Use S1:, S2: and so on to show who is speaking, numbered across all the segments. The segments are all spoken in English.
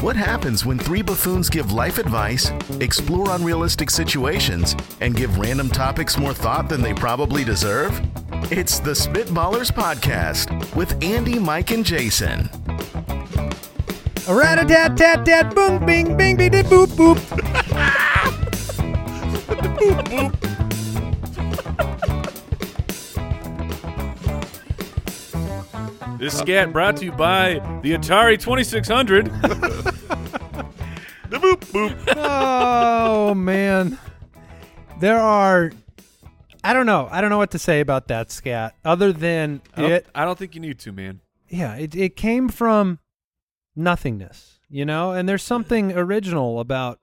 S1: What happens when three buffoons give life advice, explore unrealistic situations, and give random topics more thought than they probably deserve? It's the Spitballers Podcast with Andy, Mike, and Jason.
S2: Rat a tat tat tat boom bing bing bing did boop boop.
S3: This scat brought to you by the Atari 2600.
S2: Oh man. There are I don't know. I don't know what to say about that scat other than
S3: I, don't,
S2: it
S3: I don't think you need to, man.
S2: yeah, it it came from nothingness, you know? And there's something original about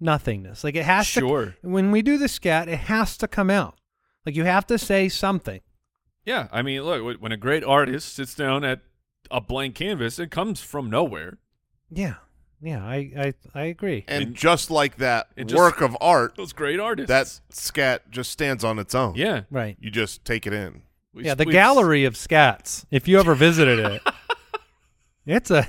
S2: nothingness. Like it has
S3: Sure.
S2: to when we do the scat, it has to come out. Like you have to say something.
S3: Yeah, I mean, look, wh- when a great artist sits down at a blank canvas, it comes from nowhere.
S2: Yeah. Yeah, I I, I agree.
S4: And just like that
S3: It just-
S4: work of art,
S3: Those great artists.
S4: that scat just stands on its own.
S3: yeah.
S2: Right.
S4: You just take it in.
S3: We-
S2: Yeah, the
S3: we-
S2: gallery of scats. If you ever visited it, it's a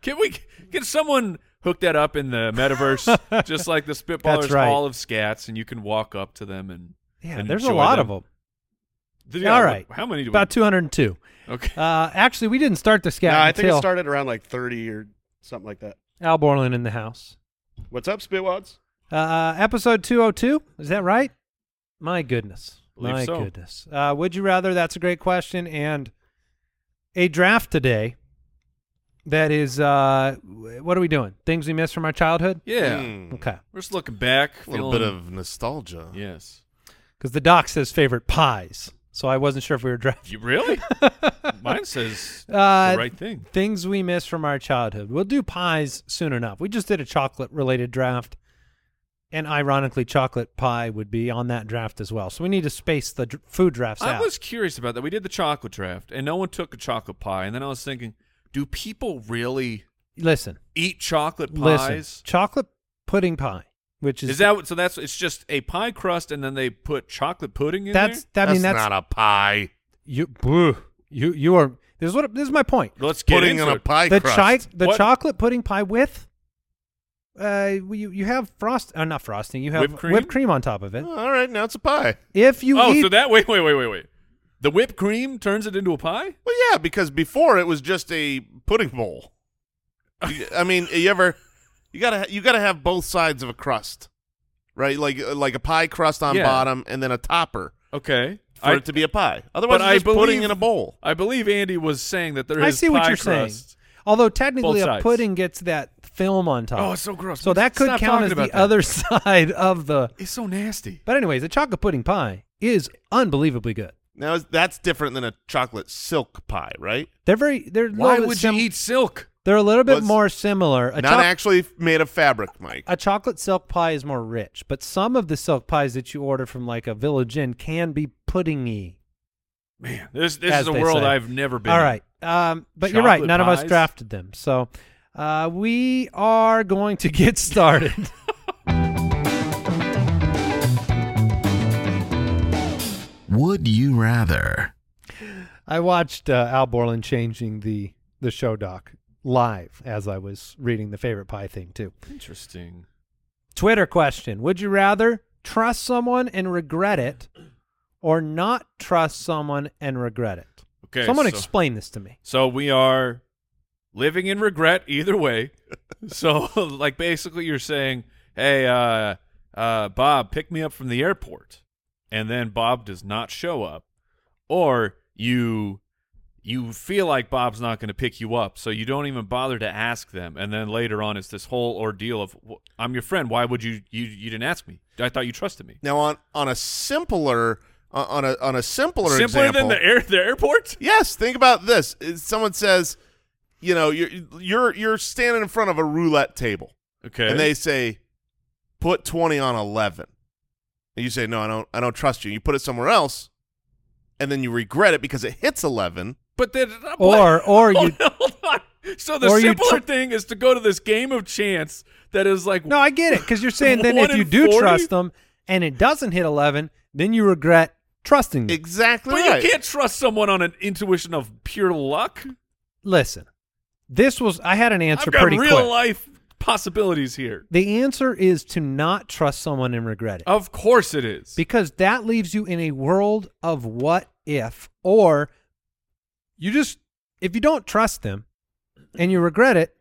S3: Can we can someone hook that up in the metaverse, just like the Spitballers
S2: That's right.
S3: Hall of Scats, and you can walk up to them and
S2: yeah.
S3: and
S2: there's a
S3: enjoy
S2: lot
S3: them.
S2: of them.
S3: Yeah,
S2: All
S3: wh-
S2: right,
S3: How many do
S2: About 202.
S3: we? Okay.
S2: Uh, actually, we didn't start the scat
S5: no, I think
S2: until
S5: it started around like 30 or something like that.
S2: Al Borland in the house.
S5: What's up, Spitwads?
S2: Uh, episode 202. Is that right? My goodness.
S3: Believe
S2: My
S3: so.
S2: goodness. Uh, would you rather? That's a great question. And a draft today. That is, uh, w- what are we doing? Things we missed from our childhood.
S3: Yeah.
S4: Hmm.
S2: Okay,
S3: We're just looking back.
S4: A little
S3: feeling-
S4: bit of nostalgia.
S3: Yes.
S2: because the doc says favorite pies, so I wasn't sure if we were drafting.
S3: You really? Mine says
S2: Uh,
S3: the right thing.
S2: Things we miss from our childhood. We'll do pies soon enough. We just did a chocolate related draft. And ironically, chocolate pie would be on that draft as well. So we need to space the dr- food drafts
S3: I
S2: out.
S3: was curious about that. We did the chocolate draft, and no one took a chocolate pie. And then I was thinking, do people really
S2: listen,
S3: eat chocolate
S2: listen.
S3: pies?
S2: Chocolate pudding pie, which is,
S3: Is that what- so? That's it's just a pie crust, and then they put chocolate pudding in
S2: that's I
S4: That's
S2: mean that's
S4: not a pie.
S2: you boo, you you are this is what this is my point.
S3: there. Let's get
S4: Putting
S3: into
S4: in a
S3: it.
S4: pie
S2: the
S4: crust.
S2: chi- the
S3: What?
S2: chocolate pudding pie with uh you you have frost uh, not frosting you have
S3: Whipped cream?
S2: on top of it.
S4: All right, now it's a pie.
S2: If you
S3: oh,
S2: eat
S3: so that wait, wait, wait, wait, wait. The whipped cream turns it into a pie.
S4: Well, yeah, because before it was just a pudding bowl. You- I mean, you ever you gotta you gotta have both sides of a crust, right? Like like a pie crust on
S3: Yeah.
S4: bottom and then a topper
S3: Okay,
S4: for
S3: I,
S4: it to be a pie. Otherwise,
S3: but
S4: it's
S3: I
S4: just pudding
S3: believe-
S4: in a bowl.
S3: I believe Andy was saying that there is.
S2: I see what
S3: pie
S2: you're
S3: crust.
S2: saying. Although technically
S3: Both
S2: a
S3: sides.
S2: pudding gets that film on top.
S3: Oh, it's so gross.
S2: so that could
S3: Stop
S2: count
S3: talking
S2: as the
S3: about that.
S2: other side of the.
S3: It's so nasty.
S2: But anyways, a chocolate pudding pie is unbelievably good.
S4: Now is- that's different than a chocolate silk pie, right?
S2: They're very. They're a
S3: Why
S2: little bit
S3: would you
S2: sim-
S3: eat silk?
S2: They're a little bit
S4: Well, it's
S2: more similar. A,
S4: Not
S2: choc-
S4: actually made of fabric, Mike.
S2: a chocolate silk pie is more rich, but some of the silk pies that you order from like a Village Inn can be puddingy.
S3: Man, this this
S2: As
S3: is a
S2: they
S3: world
S2: say.
S3: I've never been.
S2: All
S3: in.
S2: right. Um, but you're right.
S3: Chocolate
S2: None of us
S3: pies.
S2: drafted them. So uh, we are going to get started.
S1: Would you rather?
S2: I watched uh, Al Borland changing the the show doc live as I was reading the favorite pie thing too.
S3: Interesting.
S2: Twitter question: Would you rather trust someone and regret it, or not trust someone and regret it?
S3: Okay.
S2: someone
S3: so,
S2: explain this to me.
S3: so we are living in regret either way. so like basically you're saying, "Hey, uh uh Bob, pick me up from the airport." And then Bob does not show up. Or you you feel like Bob's not going to pick you up, so you don't even bother to ask them. And then later on it's this whole ordeal of "Wh- I'm your friend. Why would you you you didn't ask me? I thought you trusted me.
S4: Now on on a simpler uh, on a on a simpler
S3: Simpler
S4: example,
S3: than the air the airport?
S4: Yes, think about this. Is Someone says, you know, you're you're you're standing in front of a roulette table,
S3: Okay.
S4: and they say, put twenty on eleven, and you say, no, I don't, I don't trust you. You put it somewhere else, and then you regret it because it hits eleven.
S3: But then, oh,
S2: Or- or you-
S3: Hold on, hold on. So the
S2: Or you
S3: simpler
S2: tr-
S3: thing is to go to this game of chance that is like
S2: No, I get it because you're saying then
S3: One
S2: if you
S3: in
S2: do
S3: 40?
S2: trust them and it doesn't hit eleven, then you regret trusting them.
S4: Exactly
S3: Hmm. But
S4: right.
S3: you can't trust someone on an intuition of pure luck.
S2: Listen, This was I had an answer
S3: I've got
S2: pretty
S3: real
S2: quick.
S3: life possibilities here.
S2: The answer is to not trust someone and regret it.
S3: Of course it is.
S2: Because that leaves you in a world of what if, or you just, if you don't trust them and you regret it,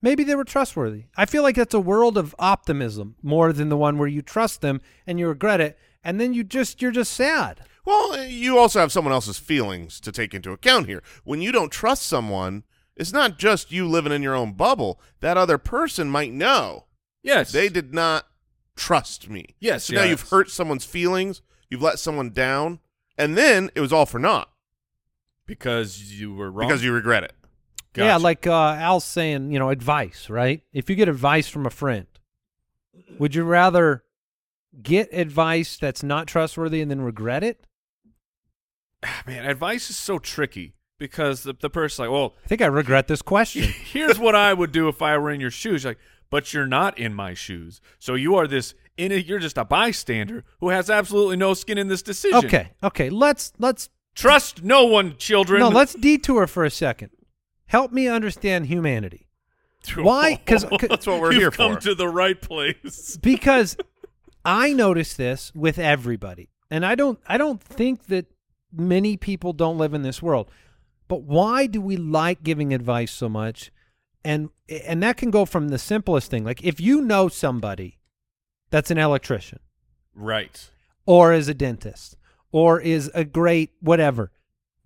S2: maybe they were trustworthy. I feel like that's a world of optimism more than the one where you trust them and you regret it. And then you just, you're just sad.
S4: Well, eh, you also have someone else's feelings to take into account here. When you don't trust someone, it's not just you living in your own bubble. That other person might know
S3: yes.
S4: they did not trust me.
S3: Yes,
S4: So now you've
S3: yes.
S4: hurt someone's feelings. You've let someone down, and then it was all for naught
S3: Because you were wrong.
S4: because you regret it.
S2: Yeah,
S3: Gotcha.
S2: like uh, Al's saying, you know, advice, right? If you get advice from a friend, would you rather get advice that's not trustworthy and then regret it?
S3: Ah, man, advice is so tricky because the the person's like, well,
S2: I think I regret this question.
S3: here's what I would do if I were in your shoes. Like, but you're not in my shoes, so you are this. In you're just a bystander who has absolutely no skin in this decision.
S2: Okay, okay. Let's let's
S3: Trust no one, children.
S2: no, let's detour for a second. Help me understand humanity. Why? 'Cause- 'cause-
S4: That's what we're
S3: You've
S4: here
S3: come
S4: for.
S3: to the right place.
S2: Because I notice this with everybody. And I don't I don't think that many people don't live in this world. But why do we like giving advice so much? And and that can go from the simplest thing. Like if you know somebody that's an electrician,
S3: Right.
S2: or is a dentist or is a great whatever.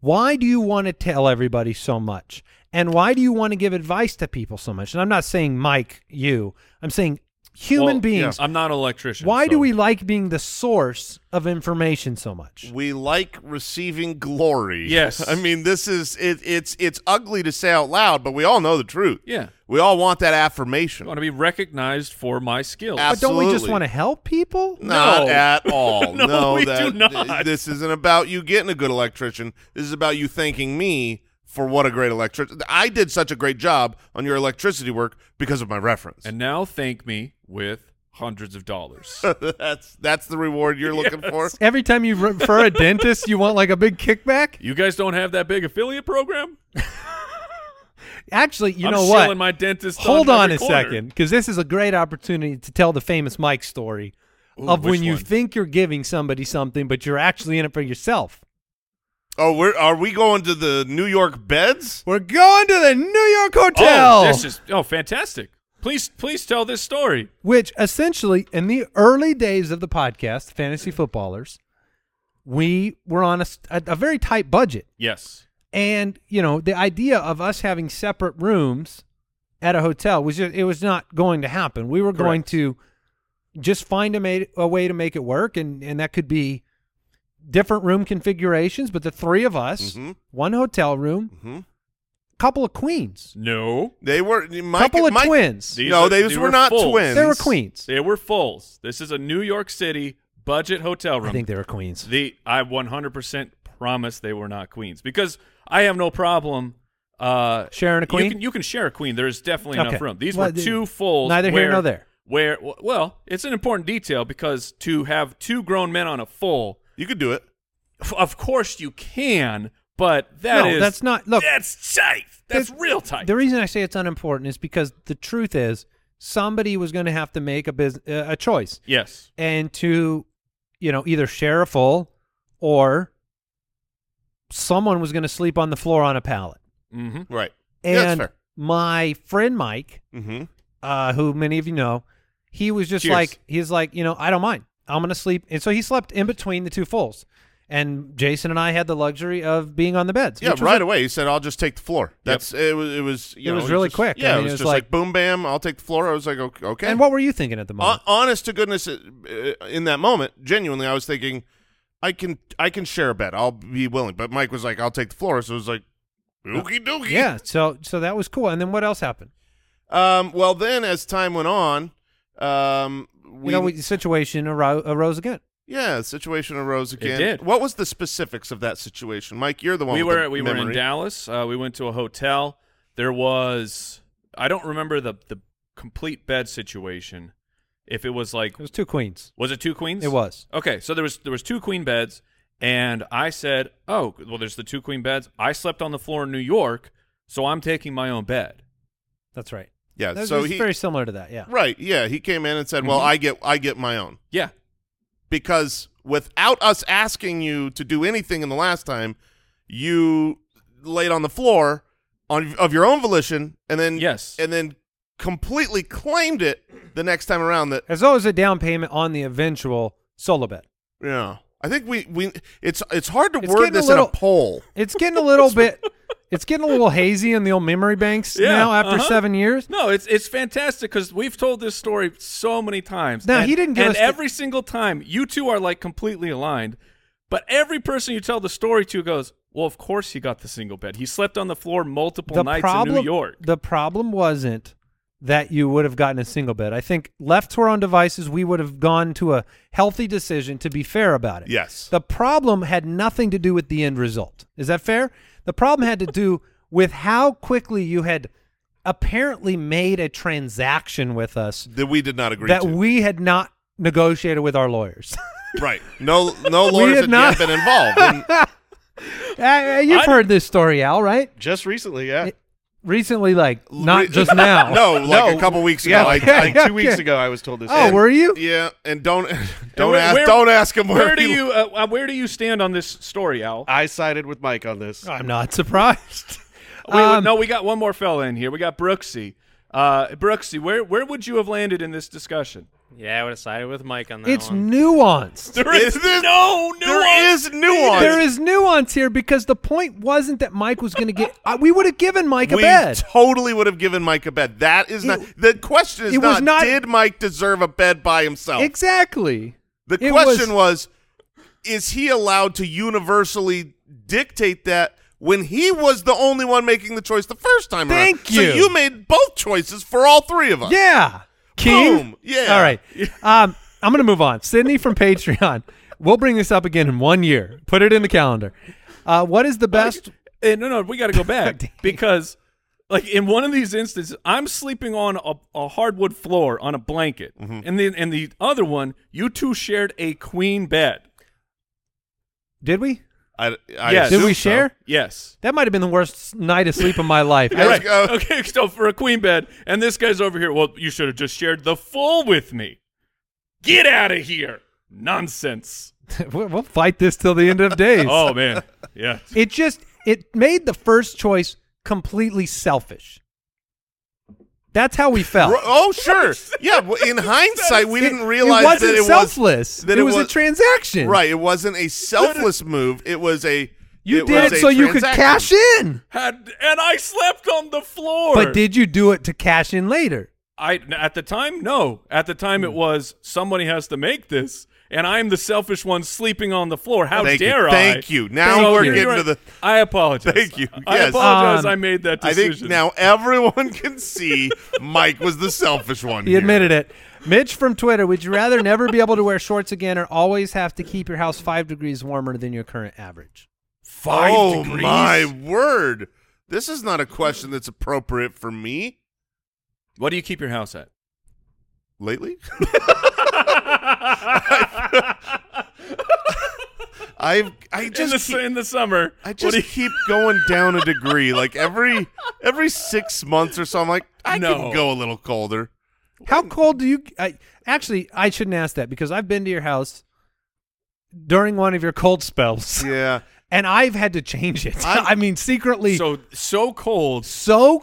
S2: Why do you want to tell everybody so much? And why do you want to give advice to people so much? And I'm not saying Mike, you. I'm saying human
S3: Well,
S2: beings.
S3: yeah, I'm not an electrician.
S2: Why do
S3: so-
S2: we like being the source of information so much?
S4: We like receiving glory.
S3: Yes.
S4: I mean this is it, it's it's ugly to say out loud, but we all know the truth.
S3: Yeah.
S4: We all want that affirmation.
S3: I want to be recognized for my skills.
S4: Ab-
S2: But don't we just
S4: absolutely.
S2: want to help people?
S4: Not
S3: No.
S4: at all.
S3: No, we do
S4: that-
S3: not.
S4: This isn't about you getting a good electrician. This is about you thanking me for what a great electrician. I did such a great job on your electricity work because of my reference.
S3: and now thank me with hundreds of dollars.
S4: that's that's the reward you're looking for.
S2: Every time you refer a dentist, you want like a big kickback?
S3: you guys don't have that big affiliate program?
S2: Actually, you
S3: I'm
S2: know
S3: selling
S2: what?
S3: my dentist.
S2: Hold
S3: on,
S2: on
S3: every
S2: a
S3: corner.
S2: second, because this is a great opportunity to tell the famous Mike story
S3: Ooh,
S2: of
S3: which
S2: when you
S3: one?
S2: think you're giving somebody something, but you're actually in it for yourself.
S4: Oh, we're are we going to the New York beds?
S2: We're going to the New York Hotel,
S3: Oh, this is oh fantastic. Please, please tell this story.
S2: which essentially, in the early days of the podcast, Fantasy Footballers, we were on a, s- a- a very tight budget.
S3: Yes.
S2: And, you know, the idea of us having separate rooms at a hotel was just, it was not going to happen. We were going
S3: Correct.
S2: to just find a, made, a way to make it work. And, and that could be different room configurations, but the three of us,
S3: Mm-hmm.
S4: Mhm.
S2: one hotel room,
S4: Mhm.
S2: couple of queens,
S3: No.
S4: They were Mike,
S2: couple of
S4: Mike-
S2: twins.
S3: These
S4: No,
S3: are-
S4: these were not
S3: fools.
S4: twins.
S2: They were queens.
S3: They were fulls. This is a New York City budget hotel room.
S2: I think they were queens.
S3: The I 100% promise they were not queens because I have no problem uh,
S2: Sharing a queen?
S3: You can, you can share a queen. There's definitely
S2: Okay.
S3: enough room. These
S2: Well,
S3: were
S2: the-
S3: two fulls.
S2: neither
S3: where,
S2: here nor there.
S3: Where w- well, it's an important detail because to have two grown men on a full,
S4: You could do it.
S3: f- of course you can, but that
S2: no,
S3: is-
S2: that's not. Look,
S3: that's tight. That's
S2: the-
S3: real tight.
S2: The reason I say it's unimportant is because the truth is somebody was going to have to make a bus- uh, a choice
S3: yes.
S2: and to, you know, either share a full or someone was going to sleep on the floor on a pallet.
S3: Mm-hmm.
S4: Right.
S2: And
S4: Yeah, that's fair.
S2: my friend Mike,
S4: Mm-hmm.
S2: uh, who many of you know, he was just
S3: Cheers.
S2: like he's like you know I don't mind. I'm gonna sleep, and so he slept in between the two fulls. And Jason and I had the luxury of being on the beds.
S4: Yeah,
S2: which was
S4: right away. He said, "I'll just take the floor." That's it. Was it was you
S2: It was
S4: know,
S2: really
S4: just-
S2: quick. I
S4: Yeah,
S2: mean,
S4: it was just like, boom, bam. I'll take the floor. I was like, "Ok- okay. Uh,
S2: And what were you thinking at the
S4: Hon-
S2: moment?
S4: honest to goodness, uh, uh, in that moment, genuinely, I was thinking, I can I can share a bed. I'll be willing. But Mike was like, "I'll take the floor." So it was like, "Okey dokey."
S2: yeah, so so that was cool. And then what else happened?
S4: Um. Well, then as time went on, um, we,
S2: you know, we, the situation arose, arose again.
S4: yeah, the situation arose again.
S3: did.
S4: What was the specifics of that situation, Mike? You're the one.
S3: we
S4: with
S3: were
S4: the
S3: we were in
S4: memory.
S3: Dallas. Uh, we went to a hotel. There was I don't remember the the complete bed situation. If it was like
S2: It was two queens.
S3: was it two queens?
S2: It was.
S3: Okay, so there was there was two queen beds, and I said, "Oh, well, there's the two queen beds." I slept on the floor in New York, So I'm taking my own bed.
S2: That's right.
S4: Yeah.
S2: That's
S4: so
S2: it's
S4: he
S2: very similar to that. Yeah.
S4: right. Yeah. He came in and said,
S3: Mm-hmm.
S4: "Well, I get I get my own
S3: Yeah.
S4: because without us asking you to do anything in the last time, you laid on the floor on of your own volition, and then
S3: Yes.
S4: and then completely claimed it the next time around that
S2: As though as a down payment on the eventual solo bet.
S4: Yeah, I think we we it's it's hard to
S2: It's
S4: word
S2: getting a
S4: this
S2: little-
S4: in a poll.
S2: It's getting a little bit. It's getting a little hazy in the old memory banks
S3: Yeah,
S2: now after
S3: uh-huh.
S2: seven years.
S3: No, it's it's fantastic because we've told this story so many times.
S2: Now,
S3: and,
S2: he didn't give
S3: and
S2: us the-
S3: every single time you two are like completely aligned, but every person you tell the story to goes, "Well, of course he got the single bed. He slept on the floor multiple nights in New York."
S2: The problem wasn't that you would have gotten a single bet. I think left to our own devices, we would have gone to a healthy decision to be fair about it.
S4: Yes.
S2: The problem had nothing to do with the end result. Is that fair? The problem had to do with how quickly you had apparently made a transaction with us
S4: That we did not agree
S2: that
S4: to.
S2: we had not negotiated with our lawyers.
S4: right. No no
S2: We
S4: lawyers
S2: had
S4: had
S2: not-
S4: yet been involved. And
S2: Uh, you've
S3: I-
S2: heard this story, Al, right?
S5: Just recently, yeah.
S2: It- Recently, like not
S4: re-
S2: just now.
S4: no, like
S5: No.
S4: a couple weeks ago.
S5: yeah,
S4: I,
S5: like,
S2: yeah,
S5: like
S2: yeah,
S5: two weeks
S2: yeah.
S5: ago, I was told this.
S2: Oh,
S5: And-
S2: were you?
S4: yeah, and don't don't
S3: where-
S4: ask
S3: where-
S4: don't ask him where,
S3: where do
S4: he-
S3: you uh, uh, where do you stand on this story, Al?
S5: I sided with Mike on this.
S2: I'm not surprised.
S3: Wait, wait,
S2: Um,
S3: no, we got one more fella in here. We got Brooksy. Uh, Brooksy, where where would you have landed in this discussion?
S6: Yeah, I would have sided with Mike on that
S2: It's
S6: one.
S2: nuanced.
S3: There
S4: Is this-
S3: no nuance.
S4: There is nuance.
S2: There is nuance here because the point wasn't that Mike was going to get. I we would have given Mike a
S4: we
S2: bed.
S4: totally would have given Mike a bed. That is not the question. Is
S2: it was not-
S4: did Mike deserve a bed by himself?
S2: Exactly.
S4: The
S2: It
S4: question was, is he allowed to universally dictate that when he was the only one making the choice the first time around?
S2: Thank you.
S4: So you made both choices for all three of us.
S2: Yeah. King.
S4: Boom. Yeah.
S2: All right. Um, I'm going to move on. Sydney from Patreon. We'll bring this up again in one year. Put it in the calendar. Uh, what is the best?
S3: Eh, no, no, we got to go
S2: Dang.
S3: back because, like, in one of these instances, I'm sleeping on a, a hardwood floor on a blanket,
S2: Mm-hmm.
S3: and then and the other one, you two shared a queen bed.
S2: Did we?
S4: I, I
S3: Yes.
S2: Did
S4: assume
S2: we
S4: so.
S2: share?
S3: Yes.
S2: That might have been the worst night of sleep of my life.
S4: Yeah. Let's
S3: Right.
S4: go.
S3: Okay. So for a queen bed, and this guy's over here. Well, you should have just shared the full with me. Get out of here! Nonsense.
S2: we'll we'll fight this till the end of days.
S3: Oh man. Yeah.
S2: It just it made the first choice completely selfish. That's how we felt.
S4: Ro- Oh, sure. yeah. well, In hindsight, we
S2: It-
S4: didn't realize
S2: it wasn't
S4: that it
S2: selfless.
S4: was that
S2: it, was, a
S4: was-
S2: transaction.
S4: Right. It wasn't a selfless move. It was a.
S2: You
S4: it
S2: did
S4: was
S2: it
S4: a
S2: so you could cash
S4: transaction.
S2: in.
S3: Had and I slept on the floor.
S2: But did you do it to cash in later?
S3: I at the time no. At the time
S4: Hmm.
S3: it was somebody has to make this, and I'm the selfish one sleeping on the floor. How
S4: Thank you.
S3: dare I?
S4: Thank you. Now
S2: Thank
S3: we're
S2: you.
S4: getting to the-
S3: I apologize.
S4: Thank you.
S3: I
S4: Yes.
S3: apologize.
S2: Um,
S3: I made that
S4: I
S3: decision.
S4: think now everyone can see Mike was the selfish one.
S2: He
S4: here.
S2: admitted it. Mitch from Twitter, would you rather never be able to wear shorts again or always have to keep your house five degrees warmer than your current average?
S3: five
S4: oh
S3: degrees.
S4: my word! This is not a question that's appropriate for me
S3: What do you keep your house at?
S4: lately. I've I
S3: In the,
S4: just keep,
S3: in the summer.
S4: I
S3: what do
S4: just keep going down a degree. Like every every six months or so, I'm like I
S3: No.
S4: can go a little colder.
S2: How cold do you? I, actually, I shouldn't ask that because I've been to your house during one of your cold spells,
S4: Yeah,
S2: and I've had to change it.
S4: I'm-
S2: I mean, secretly,
S3: you,
S2: so,
S3: so so cold.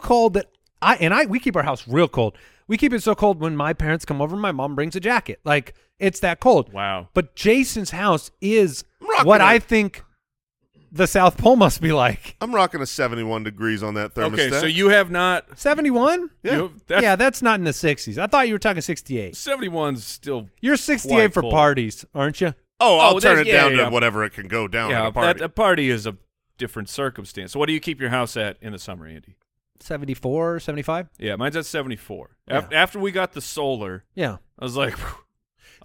S2: cold that I and I we keep our house real cold. We keep it so cold when my parents come over, my mom brings a jacket. Like it's that cold.
S3: Wow.
S2: But Jason's house is
S4: Rocking
S2: what
S4: it.
S2: I think the South Pole must be like.
S4: I'm rocking a 71 degrees on that thermostat.
S3: Okay, so you have not.
S2: Seventy-one.
S4: Yeah.
S3: You, that's,
S2: yeah, that's not in the sixties. I thought you were talking sixty-eight.
S3: 71's still.
S2: You're sixty-eight for
S3: cold.
S2: parties, aren't you?
S4: oh, I'll
S3: Oh,
S4: turn
S3: there's-
S4: it
S3: yeah,
S4: down
S3: yeah,
S4: to
S3: yeah.
S4: whatever it can go down. at
S3: Yeah,
S4: a party.
S3: that, a party is a different circumstance. So what do you keep your house at in the summer, Andy?
S2: 74, 75?
S3: Yeah, mine's at 74. Af- After we got the solar,
S2: Yeah.
S3: I was like,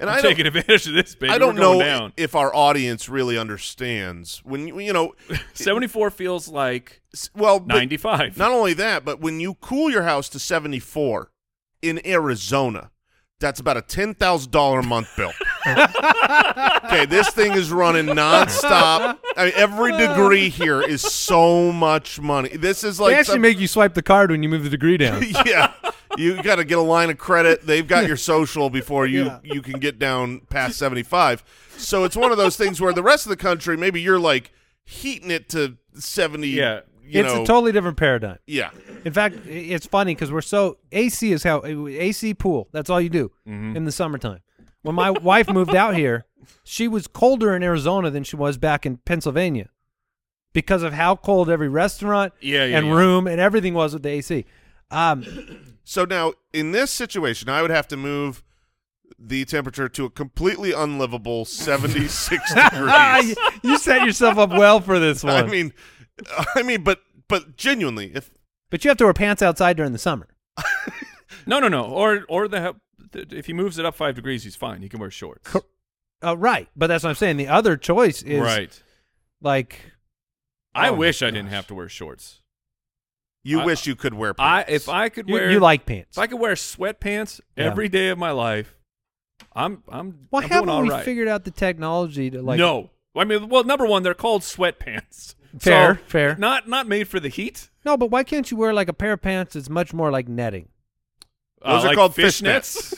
S4: and
S3: I'm
S4: I don't-
S3: taking advantage of this, baby.
S4: I don't
S3: We're going
S4: know
S3: down.
S4: if our audience really understands when you, you know.
S3: 74 feels like
S4: s- Well, but
S3: 95.
S4: Not only that, but when you cool your house to 74 in Arizona, That's about a ten thousand dollar a month bill. okay, this thing is running nonstop. I mean, every degree here is so much money. This is like
S2: they actually
S4: some-
S2: make you swipe the card when you move the degree down.
S4: yeah, you got to get a line of credit. They've got your social before you
S2: Yeah.
S4: you can get down past seventy five. So it's one of those things where the rest of the country, maybe you're like heating it to seventy.
S3: Yeah.
S4: you
S2: it's
S4: know,
S2: a totally different paradigm.
S4: yeah.
S2: In fact, i- it's funny because we're so AC is how AC pool. That's all you do
S3: Mm-hmm.
S2: in the summertime. When my wife moved out here, she was colder in Arizona than she was back in Pennsylvania because of how cold every restaurant
S3: Yeah, yeah,
S2: and
S3: yeah.
S2: room and everything was with the AC. Um,
S4: So now in this situation, I would have to move the temperature to a completely unlivable seventy six
S2: ah,
S4: degrees.
S2: you, you set yourself up well for this one.
S4: I mean, I mean, but but genuinely, if
S2: but you have to wear pants outside during the summer.
S3: No, no, no. Or or the if he moves it up five degrees, he's fine. He can wear shorts.
S2: Uh, right, but that's what I'm saying. The other choice is
S3: right.
S2: like
S3: I
S2: Oh my
S3: wish I didn't
S2: gosh.
S3: have to wear shorts.
S4: you
S3: I-
S4: wish you could wear
S3: I
S4: pants,
S3: if I could
S2: you,
S3: wear
S2: you like pants.
S3: if I could wear sweatpants
S2: Yeah.
S3: every day of my life, I'm I'm
S2: Why
S3: I'm doing
S2: haven't
S3: all
S2: we
S3: right.
S2: figured out the technology to like?
S3: no. I mean, well, number one, they're called sweatpants.
S2: Fair,
S3: So,
S2: fair.
S3: Not not made for the heat.
S2: No, but why can't you wear like a pair of pants that's much more like netting?
S4: Those are
S3: Uh, like
S4: called
S3: fishnets.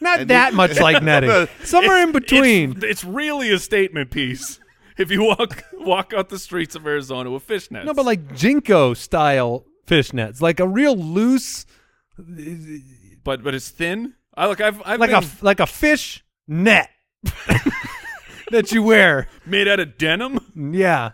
S2: Not
S4: And
S2: that
S4: you-
S2: much like netting. Somewhere
S3: It's-
S2: in between.
S3: It's, it's really a statement piece. If you walk walk out the streets of Arizona with fishnets,
S2: No, but like Jinko style fishnets, like a real loose,
S3: but but it's thin. I look. I've I've
S2: like
S3: been
S2: a like a fish net that you wear.
S3: made out of denim.
S2: Yeah.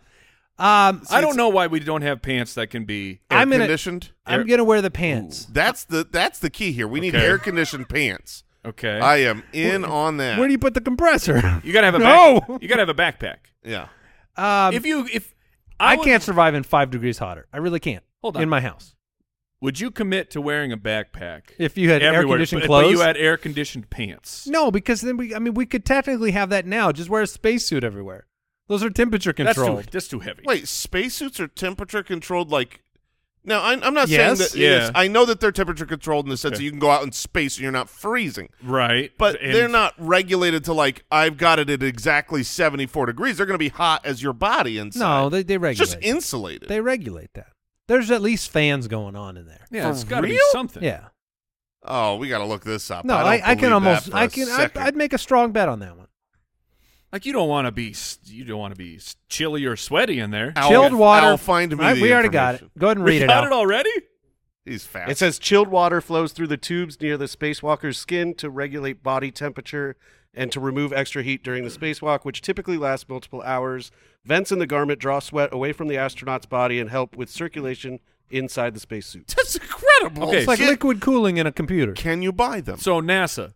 S2: Um,
S3: I don't know why we don't have pants that can be.
S4: air
S2: I'm in a-
S4: conditioned.
S2: I'm gonna wear the pants.
S4: That's the that's the key here. We need
S3: Okay.
S4: air conditioned pants.
S3: Okay,
S4: I am in on that.
S2: Where do you put the compressor?
S3: you gotta have a
S2: No!
S3: Back, you gotta have a backpack.
S4: yeah.
S2: Um,
S3: if you if
S2: I,
S3: would-
S2: can't survive in five degrees hotter. I really can't.
S3: Hold on.
S2: In my house.
S3: Would you commit to wearing a backpack?
S2: If you had
S3: everywhere,
S2: air conditioned
S3: but,
S2: clothes,
S3: but you had air conditioned pants.
S2: No, because then we. I mean, we could technically have that now. Just wear a spacesuit everywhere. Those are temperature
S3: that's too
S2: controlled.
S3: that's too heavy.
S4: Wait, spacesuits are temperature controlled? Like, now I'm, I'm not
S2: Yes.
S4: saying that.
S3: Yeah.
S4: Yes, I know that they're temperature controlled in the sense
S3: Okay.
S4: that you can go out in space and you're not freezing,
S3: right?
S4: but
S3: And-
S4: they're not regulated to like I've got it at exactly 74 degrees. They're going to be hot as your body inside.
S2: no, they they
S4: it's
S2: regulate.
S4: just insulated.
S2: they regulate that. There's at least fans going on in there.
S3: Yeah, it's
S4: For
S3: gotta be
S4: real?
S3: something.
S2: Yeah.
S4: oh, we got to look this up.
S2: No, I,
S4: I, don't
S2: I
S4: believe
S2: can
S4: that
S2: almost.
S4: for
S2: I
S4: a
S2: can. I,
S4: second.
S2: I'd make a strong bet on that one.
S3: Like you don't want to be s- you don't want to be s- chilly or sweaty in there.
S4: Al-
S2: Chilled water.
S4: Al, find me
S2: All right,
S4: the
S2: we already got it.
S4: information.
S2: Go ahead and
S3: We
S2: read it
S3: got
S2: out.
S3: it already.
S4: He's fast.
S5: It says chilled water flows through the tubes near the spacewalker's skin to regulate body temperature and to remove extra heat during the spacewalk, which typically lasts multiple hours. Vents in the garment draw sweat away from the astronaut's body and help with circulation inside the spacesuit.
S4: that's incredible.
S3: Okay,
S2: It's like
S4: Can-
S2: liquid cooling in a computer.
S4: can you buy them?
S3: So NASA,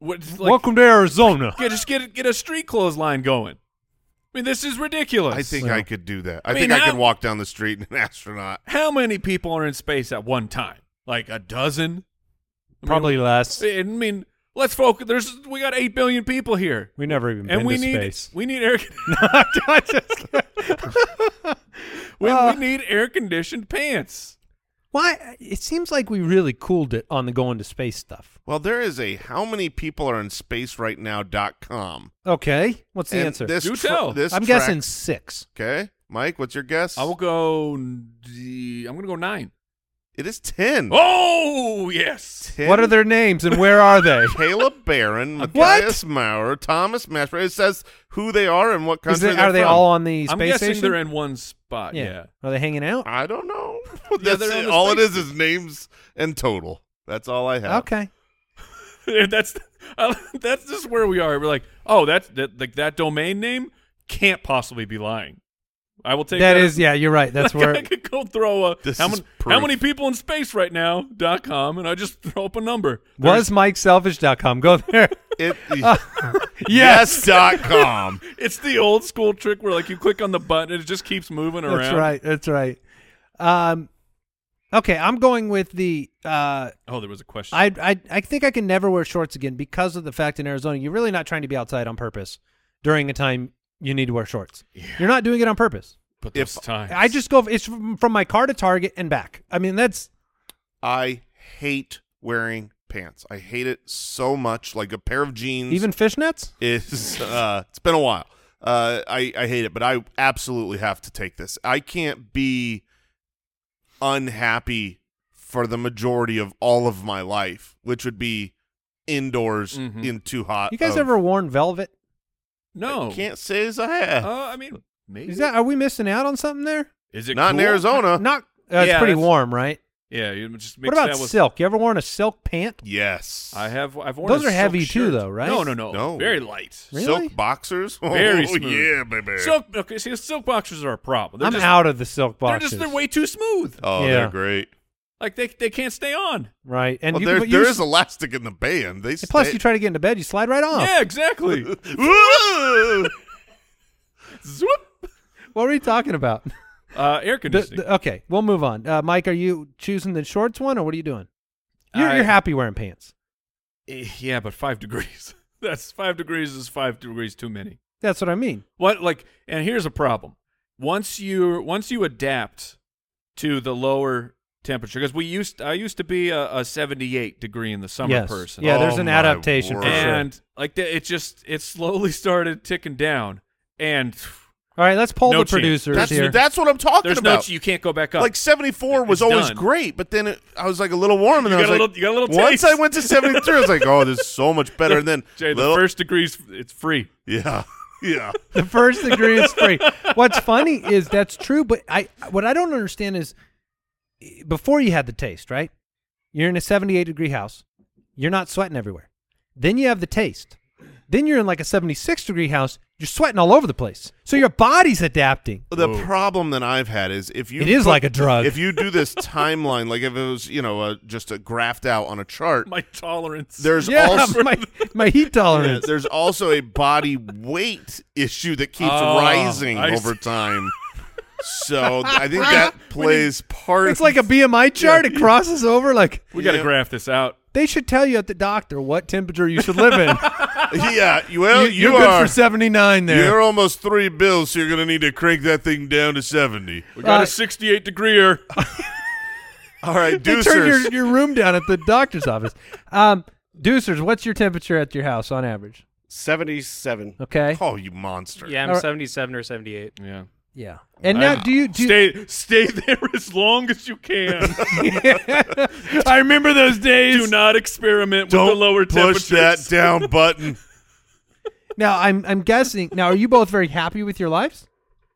S3: what, like,
S2: Welcome to Arizona.
S3: Get, just get get a street clothes line going. I mean, this is ridiculous.
S4: I think
S2: Yeah.
S4: I could do that. I,
S3: mean,
S4: think I could
S3: how-
S4: walk down the street in an astronaut.
S3: how many people are in space at one time? Like a dozen? I mean,
S2: Probably less.
S3: I mean, let's focus. There's we got eight billion people here,
S2: We never even
S3: and
S2: been
S3: we
S2: to
S3: need
S2: space.
S3: we need air.
S2: I just-
S3: we,
S2: Uh,
S3: we need air conditioned pants.
S2: Why? It seems like we really cooled it on the going to space stuff.
S4: Well, there is a how many people are in space right now dot com.
S2: Okay, what's the
S4: And
S2: answer?
S4: This
S3: Do
S4: tra-
S3: tell.
S4: This
S2: I'm
S4: track-
S2: guessing six.
S4: Okay, Mike, what's your guess?
S3: I will go. The, I'm gonna go nine.
S4: It is ten.
S3: Oh yes.
S4: 10.
S2: What are their names and where are they?
S4: Caleb Barron,
S2: What?
S4: Matthias Maurer, Thomas Mashburn. It says who they are and
S2: Is
S4: what country
S2: it-
S4: they're
S2: are they
S4: from.
S2: all on the space
S3: I'm guessing
S2: station?
S3: they're in one spot. Yeah.
S2: Are they hanging out?
S4: I don't know.
S3: Yeah,
S4: That's
S3: they're on
S4: it.
S3: the
S4: all it
S3: space
S4: is is names and total. That's all I have.
S2: Okay.
S3: that's I- that's just where we are. We're like, oh, that's that like that domain name can't possibly be lying. I will take that,
S2: That is, yeah, you're right. That's
S3: Like,
S2: where.
S3: I could go throw a
S4: This
S3: how,
S4: is
S3: many, how
S4: proof.
S3: many people in space right now dot com, and I just throw up a number.
S2: Was MikeSelfish.com. Go there.
S4: It,
S2: Uh, yes.
S4: dot com.
S3: There's- it's the old school trick where like you click on the button and it just keeps moving around.
S2: That's right. That's right. Um, okay, I'm going with the. Uh,
S3: Oh, there was a question.
S2: I, I I think I can never wear shorts again because of the fact in Arizona you're really not trying to be outside on purpose during a time you need to wear shorts. You're not doing it on purpose.
S3: but
S4: if-
S3: this time
S2: I just go. It's from from my car to Target and back. I mean, that's
S4: I hate wearing pants. I hate it so much. Like a pair of jeans
S2: Even fishnets?
S4: is uh, it's been a while. Uh, I I hate it, but I absolutely have to take this. I can't be unhappy for the majority of all of my life, which would be indoors
S3: Mhm.
S4: in too hot.
S2: You guys
S4: of-
S2: ever worn velvet?
S3: No.
S4: I can't say as I have.
S3: Uh, I mean, maybe.
S2: Is that are we missing out on something there?
S3: Is it
S4: Not in
S3: cool?
S4: Arizona.
S2: Not uh, it's
S3: Yeah,
S2: pretty
S3: that's-
S2: warm, right?
S3: Yeah, you just mix
S2: What about
S3: that with.
S2: silk? You ever worn a silk pant?
S4: Yes,
S3: I have. I've worn.
S2: Those
S3: a
S2: are
S3: silk
S2: heavy too,
S3: shirt.
S2: though, right?
S3: No, no, no,
S4: No.
S3: Very light.
S2: Really?
S4: silk boxers.
S3: Very
S4: oh,
S3: smooth.
S4: yeah, baby.
S3: Silk. Okay, see, silk boxers are a problem. They're
S2: I'm
S3: just,
S2: out of the silk boxes.
S3: They're just. They're way too smooth.
S4: oh,
S2: Yeah.
S4: they're great.
S3: Like they they can't stay on.
S2: right, and
S4: well,
S2: you,
S4: there,
S2: but you
S4: there
S2: s-
S4: is elastic in the band. They stay.
S2: plus you try to get into bed, you slide right off.
S3: Yeah, exactly.
S4: Woo!
S3: Zoop.
S2: What are we talking about?
S3: Uh, air
S2: The-
S3: conditioning.
S2: the- okay, we'll move on. Uh, Mike, are you choosing the shorts one, or what are you doing? You're,
S3: I-
S2: you're happy wearing pants.
S3: Eh, Yeah, but five degrees. That's five degrees is five degrees too many.
S2: That's what I mean.
S3: What like and here's a problem. Once you once you adapt to the lower temperature, because we used I used to be a, a 78 degree in the summer
S2: yes.
S3: person.
S2: Yeah, there's
S4: Oh
S2: an
S4: my
S2: adaptation for
S4: word.
S2: sure.
S3: and like the, it just it slowly started ticking down, and
S2: All right, let's poll
S3: No
S2: the
S3: chance.
S2: producers
S4: That's
S2: here.
S4: that's what I'm talking
S3: there's no
S4: about.
S3: ch- you can't go back up.
S4: Like 74 was
S3: It's
S4: always
S3: done.
S4: great, but then it, I was like a little warm, and
S3: You
S4: I
S3: got
S4: was
S3: a
S4: like,
S3: little- you got a little
S4: Once
S3: taste.
S4: I went to 73, I was like, oh, this is so much better. And then
S3: Jay, the
S4: little-
S3: first degrees it's free.
S4: yeah, yeah,
S2: The first degree is free. What's funny is that's true, but I what I don't understand is eh, before you had the taste, right? You're in a 78 degree house. You're not sweating everywhere. Then you have the taste. Then you're in like a 76 degree house. You're sweating all over the place. So your body's adapting.
S4: the problem that I've had is if you
S2: It is
S4: put-
S2: like a drug.
S4: If you do this timeline, like if it was you know uh, just a graphed out on a chart,
S3: My tolerance.
S4: there's
S2: yeah,
S4: also
S2: my, my heat
S4: yeah,
S2: tolerance.
S4: there's also a body weight issue that keeps
S3: Oh,
S4: rising
S3: I see.
S4: over time. So I think that plays part.
S2: It's like a BMI chart. It crosses over. Like
S3: we got to
S4: yeah.
S3: graph this out.
S2: they should tell you at the doctor what temperature you should live in.
S4: yeah. you- Well,
S2: You-
S4: Oh, you
S2: you're good
S4: are
S2: for 79 there.
S4: You're almost three bills, so you're gonna need to crank that thing down to seventy.
S3: We got
S2: Uh,
S3: a 68 degreer.
S4: All right,
S2: they
S4: deucers.
S2: turn your, your room down at the doctor's office. Um, Deucers, what's your temperature at your house on average?
S5: 77.
S2: Okay.
S4: oh, you monster!
S6: Yeah, I'm
S2: All right.
S6: 77 or 78.
S3: Yeah.
S2: Yeah. And now, do you do? you-
S3: Stay stay there as long as you can.
S2: I remember those days.
S3: Do not experiment
S4: Don't
S3: with the lower
S4: push that
S3: temperatures.
S4: down button.
S2: Now, I'm I'm guessing. Now, are you both very happy with your lives?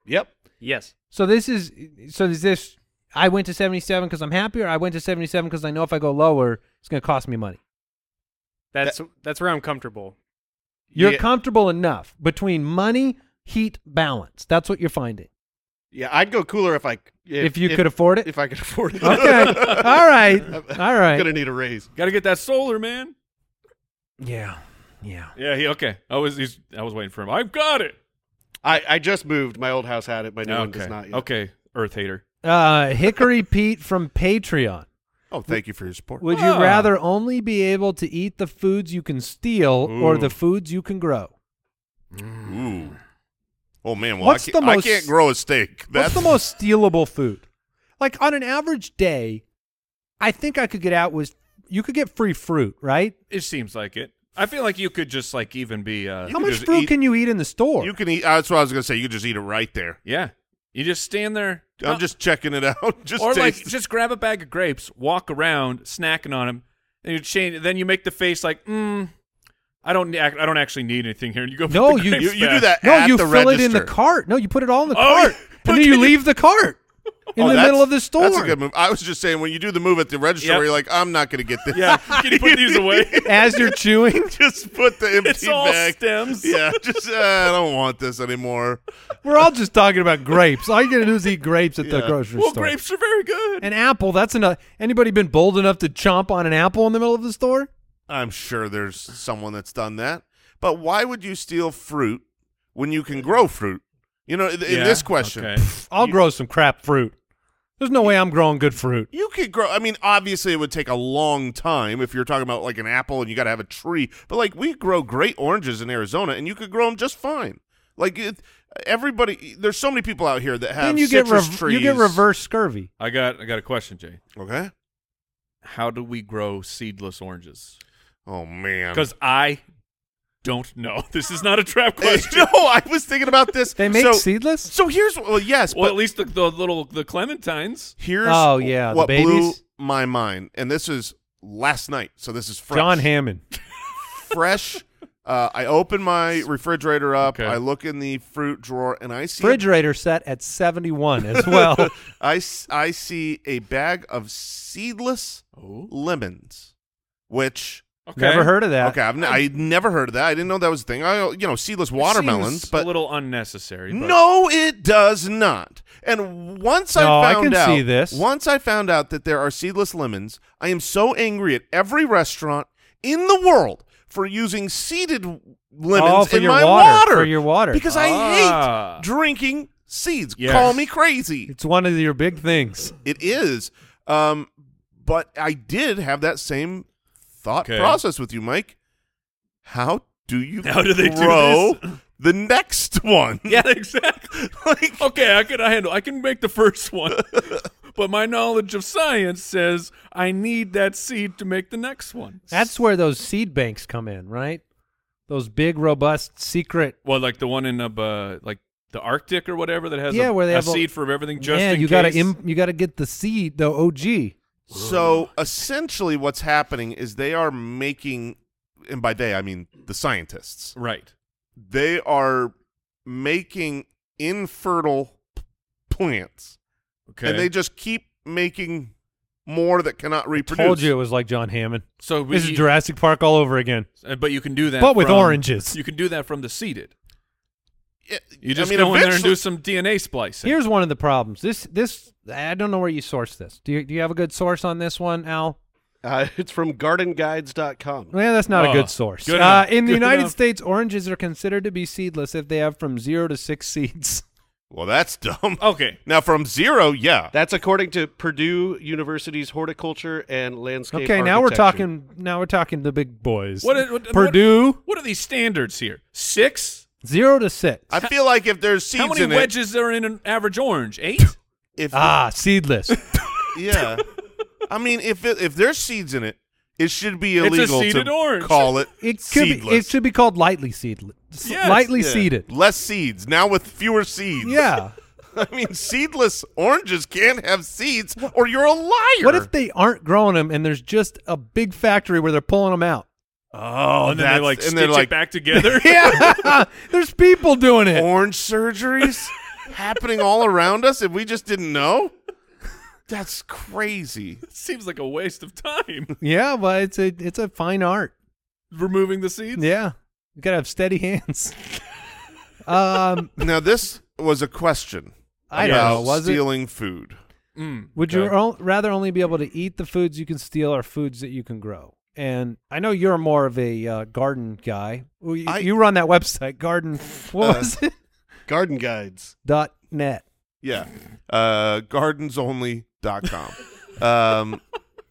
S5: Yep.
S6: Yes.
S2: So this is. So is this? I went to 77 because I'm happy, or I went to 77 because I know if I go lower, it's going to cost me money.
S6: That's that's where I'm comfortable.
S2: You're
S5: Yeah.
S2: comfortable enough between money, heat, balance. That's what you're finding.
S5: Yeah, I'd go cooler if I if,
S2: If you could afford it?
S5: If I could afford it.
S2: Okay. All right. All
S5: I'm
S2: right.
S5: gonna need a raise.
S3: Got to get that solar, man.
S2: Yeah. Yeah.
S3: Yeah, he okay. I was he's, I was waiting for him. I've got it.
S5: I, I just moved. My old house had it. My new one
S3: okay.
S5: does not yet.
S3: Okay, Earth hater.
S2: Uh, Hickory Pete from Patreon.
S4: Oh, thank you for your support.
S2: Would you
S3: Ah.
S2: rather only be able to eat the foods you can steal or the
S3: Ooh.
S2: foods you can grow?
S4: Ooh. Oh man, well,
S2: What's
S4: I,
S2: the
S4: can't,
S2: most-
S4: I can't grow a steak.
S2: What's
S4: That's
S2: the most stealable food? Like on an average day, I think I could get out with you could get free fruit, right?
S3: It seems like it. I feel like you could just like even be uh
S2: How
S4: could
S2: much
S4: just
S2: fruit
S4: eat-
S2: can you eat in the store?
S4: You can eat. That's what I was gonna say. You just eat it right there.
S3: yeah. You just stand there.
S2: Uh,
S3: uh,
S4: I'm just checking it out. Just
S3: or like
S4: taste it.
S3: just grab a bag of grapes, walk around snacking on them, and you change then you make the face like, "Mm, I don't act- I don't actually need anything here." And you go put
S2: No,
S3: the
S2: you-
S3: grapes
S4: you, you
S3: back.
S4: do that.
S2: no,
S4: at
S2: you
S4: the
S2: fill it in the
S4: register.
S2: cart. No, you put it all in the
S3: Oh,
S2: cart,
S3: but
S2: and then you
S3: can you-
S2: leave the cart in
S4: Oh,
S2: the
S4: that's-
S2: middle of the store.
S4: That's a good move. I was just saying when you do the move at the register,
S3: Yep.
S4: where you're like, I'm not gonna get this.
S3: Yeah, can you put these away?
S2: As you're chewing,
S4: just put the empty
S3: It's all
S4: bag.
S3: stems.
S4: Yeah, just uh, I don't want this anymore.
S2: we're all just talking about grapes. All you're gonna do is eat grapes at the
S4: Yeah.
S2: grocery
S3: Well,
S2: store.
S3: grapes are very good.
S2: An apple. That's enough. Anybody been bold enough to chomp on an apple in the middle of the store?
S4: I'm sure there's someone that's done that. But why would you steal fruit when you can grow fruit? You know, in, in
S3: Yeah,
S4: this question,
S3: okay.
S2: I'll grow some crap fruit. There's no way I'm growing good fruit.
S4: you could grow. I mean, obviously, it would take a long time if you're talking about like an apple and you got to have a tree. But like, we grow great oranges in Arizona, and you could grow them just fine. Like it, everybody, there's so many people out here that have
S2: Then you get
S4: citrus
S2: rev-
S4: trees.
S2: you get reverse scurvy.
S3: I got I got a question, Jay.
S4: Okay.
S3: how do we grow seedless oranges?
S4: Oh man.
S3: Because I don't know. This is not a trap
S4: Hey,
S3: question.
S4: no, I was thinking about this.
S2: They make
S4: so,
S2: seedless?
S4: So here's well, yes,
S3: Well,
S4: but
S3: at least the, the little the clementines.
S4: here's
S2: Oh, yeah, the
S4: what blew
S2: babies?
S4: my mind, and this is last night. So this is fresh.
S2: John Hammond.
S4: fresh. Uh, I open my refrigerator up.
S3: Okay.
S4: I look in the fruit drawer, and I see
S2: Refrigerator set at 71 as well.
S4: I, s- I see a bag of seedless
S2: Oh.
S4: lemons, which
S3: Okay.
S2: Never heard of that.
S4: okay, I've n- I never heard of that. I didn't know that was a thing. I you know seedless watermelons,
S3: Seems
S4: but
S3: a little unnecessary. but-
S4: No, it does not. And once
S2: No,
S4: I
S2: I
S4: found
S2: can
S4: out,
S2: see this.
S4: once I found out that there are seedless lemons, I am so angry at every restaurant in the world for using seeded
S2: Oh,
S4: lemons
S2: for
S4: in
S2: your
S4: my
S2: water,
S4: water,
S2: for your water.
S4: because I
S3: Ah.
S4: hate drinking seeds.
S3: Yes.
S4: Call me crazy.
S2: It's one of your big things.
S4: It is, um, but I did have that same thought
S3: Okay.
S4: process with you, Mike. How do you
S3: How do they do
S4: grow the next one?
S3: Yeah, exactly.
S4: Like-
S3: okay, I can handle. I can make the first one, but my knowledge of science says I need that seed to make the next one.
S2: That's where those seed banks come in, right? Those big, robust, secret.
S3: well, like the one in uh, uh, like the Arctic or whatever that has
S2: Yeah,
S3: a,
S2: where they
S3: a
S2: have a-
S3: seed for everything. Just
S2: yeah,
S3: in
S2: you
S3: case.
S2: gotta im- you gotta get the seed, the OG.
S4: So essentially, what's happening is they are making, and by they I mean the scientists,
S3: right.
S4: they are making infertile p- plants,
S3: Okay.
S4: and they just keep making more that cannot reproduce.
S2: Told you it was like John Hammond.
S3: so we,
S2: This is Jurassic Park all over again.
S3: uh, but you can do that,
S2: But with
S3: from-
S2: oranges.
S3: You can do that from the seeded.
S4: It-
S3: You just
S4: I mean,
S3: go in there and
S4: eventually-
S3: do some DNA splicing.
S2: Here's one of the problems. This this I don't know where you source this. Do you do you have a good source on this one, Al?
S5: Uh, it's from gardenguides.com.
S2: Well, that's not
S3: Oh,
S2: a good source.
S3: good
S2: uh,
S3: enough.
S2: in the
S3: Good
S2: United
S3: enough.
S2: States, oranges are considered to be seedless if they have from zero to six seeds.
S4: Well, that's dumb.
S3: okay.
S4: Now from zero, yeah.
S5: That's according to Purdue University's Horticulture and Landscape.
S2: Okay, now we're
S5: Architecture.
S2: talking. Now we're talking the big boys.
S3: What, are- what-
S2: Purdue
S3: What, what are these standards here? Six.
S2: zero to six.
S4: I feel like if there's seeds
S3: How many
S4: in
S3: wedges are in an average orange? Eight.
S4: it, if
S2: ah, seedless.
S4: yeah, I mean if it, if there's seeds in it, it should be
S3: It's a
S4: illegal
S3: seeded
S4: to
S3: orange.
S4: call it.
S2: It could
S4: seedless.
S2: be. It should be called lightly seedless.
S3: Yes,
S2: lightly
S4: Yeah.
S2: seeded.
S4: Less seeds. Now with fewer seeds.
S2: Yeah.
S4: I mean, seedless oranges can't have seeds or you're a liar.
S2: what if they aren't growing them and there's just a big factory where they're pulling them out?
S4: Oh,
S3: and then they like stitch it back together.
S2: Yeah. there's people doing it.
S4: orange surgeries happening all around us if we just didn't know? That's crazy.
S3: Seems like a waste of time
S2: Yeah, but it's a it's a fine art.
S3: removing the seeds.
S2: Yeah. You gotta have steady hands. um
S4: Now this was a question
S2: I don't
S4: about
S2: know, was it?
S4: stealing food.
S3: Mm,
S2: Would you
S3: okay.
S2: o- rather only be able to eat the foods you can steal or foods that you can grow? And I know you're more of a uh, garden guy. Well, you,
S4: I-
S2: you run that website, garden. What
S4: Uh,
S2: was it?
S5: Garden Guides.
S2: Dot net.
S4: Yeah. Uh gardensonly.com. um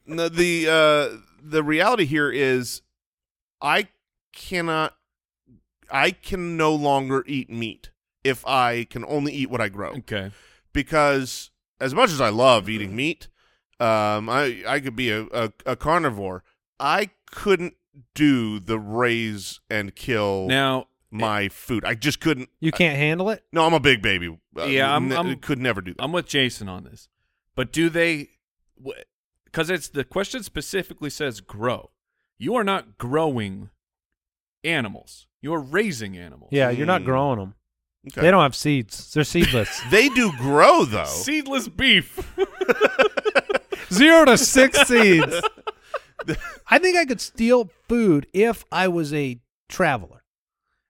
S4: no, the uh the reality here is I cannot I can no longer eat meat if I can only eat what I grow
S3: Okay.
S4: because as much as I love
S3: Mm-hmm.
S4: eating meat, um I I could be a a, a carnivore. I couldn't do the raise and kill
S3: Now,
S4: my food. I just couldn't.
S2: You can't handle it.
S4: No, I'm a big baby. Uh,
S3: Yeah, I'm-
S4: ne-
S3: I'm-
S4: could never do that.
S3: I'm with Jason on this, but do they? Because it's the question specifically says grow. You are not growing animals. You are raising animals.
S2: Yeah, you're not
S4: Mm.
S2: growing them.
S4: Okay.
S2: They don't have seeds. They're seedless.
S4: They do grow though.
S3: Seedless beef.
S2: Zero to six seeds. I think I could steal food if I was a traveler,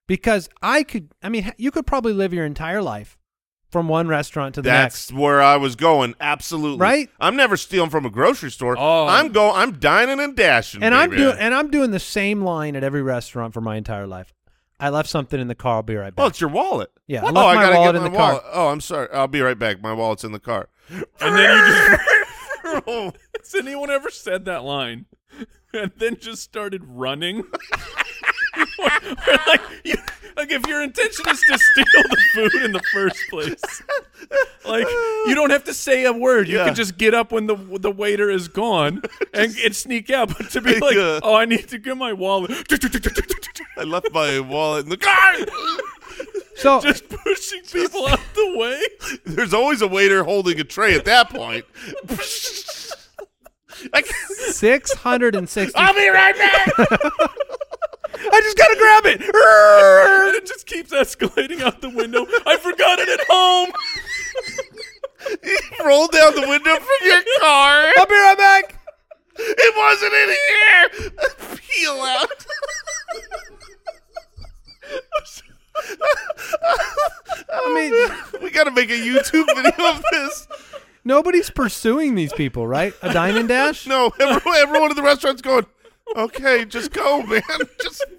S2: because I could. I mean, you could probably live your entire life from one restaurant to the
S4: That's where I was going. Absolutely.
S2: Right?
S4: I'm never stealing from a grocery store.
S3: Oh.
S4: I'm go I'm dining and dashing.
S2: next. And I'm
S4: baby.
S2: doing and I'm doing the same line at every restaurant for my entire life. I left something in the car. I'll be right back.
S4: Oh, it's your wallet.
S2: Yeah, I
S4: What?
S2: left
S4: oh, I
S2: my
S4: gotta
S2: wallet
S4: get
S2: in
S4: my
S2: the car.
S4: wallet. Oh, I'm sorry. I'll be right back. My wallet's in the car.
S3: and then you just.
S4: Oh,
S3: Has anyone ever said that line? And then just started running. We're like, you, like if your intention is to steal the food in the first place, Like you don't have to say a word. You
S4: Yeah.
S3: can just get up when the the waiter is gone and, and sneak out. But to be
S4: Like,
S3: like,
S4: uh,
S3: oh, I need to get my wallet.
S4: I left my wallet in the car.
S2: So
S3: just pushing people out the way.
S4: There's always a waiter holding a tray at that point. I can't-
S2: six hundred and sixty.
S4: I'll be right back.
S3: I just gotta grab it. and it just keeps escalating out the window. I forgot it at home.
S4: Roll down the window from your car.
S2: I'll be right back.
S4: It wasn't in here. Peel out.
S2: I mean,
S4: We got to make a YouTube video of this.
S2: nobody's pursuing these people, right? A dine and dash.
S4: No, everyone, everyone at the restaurant's going, okay, just go, man. Just.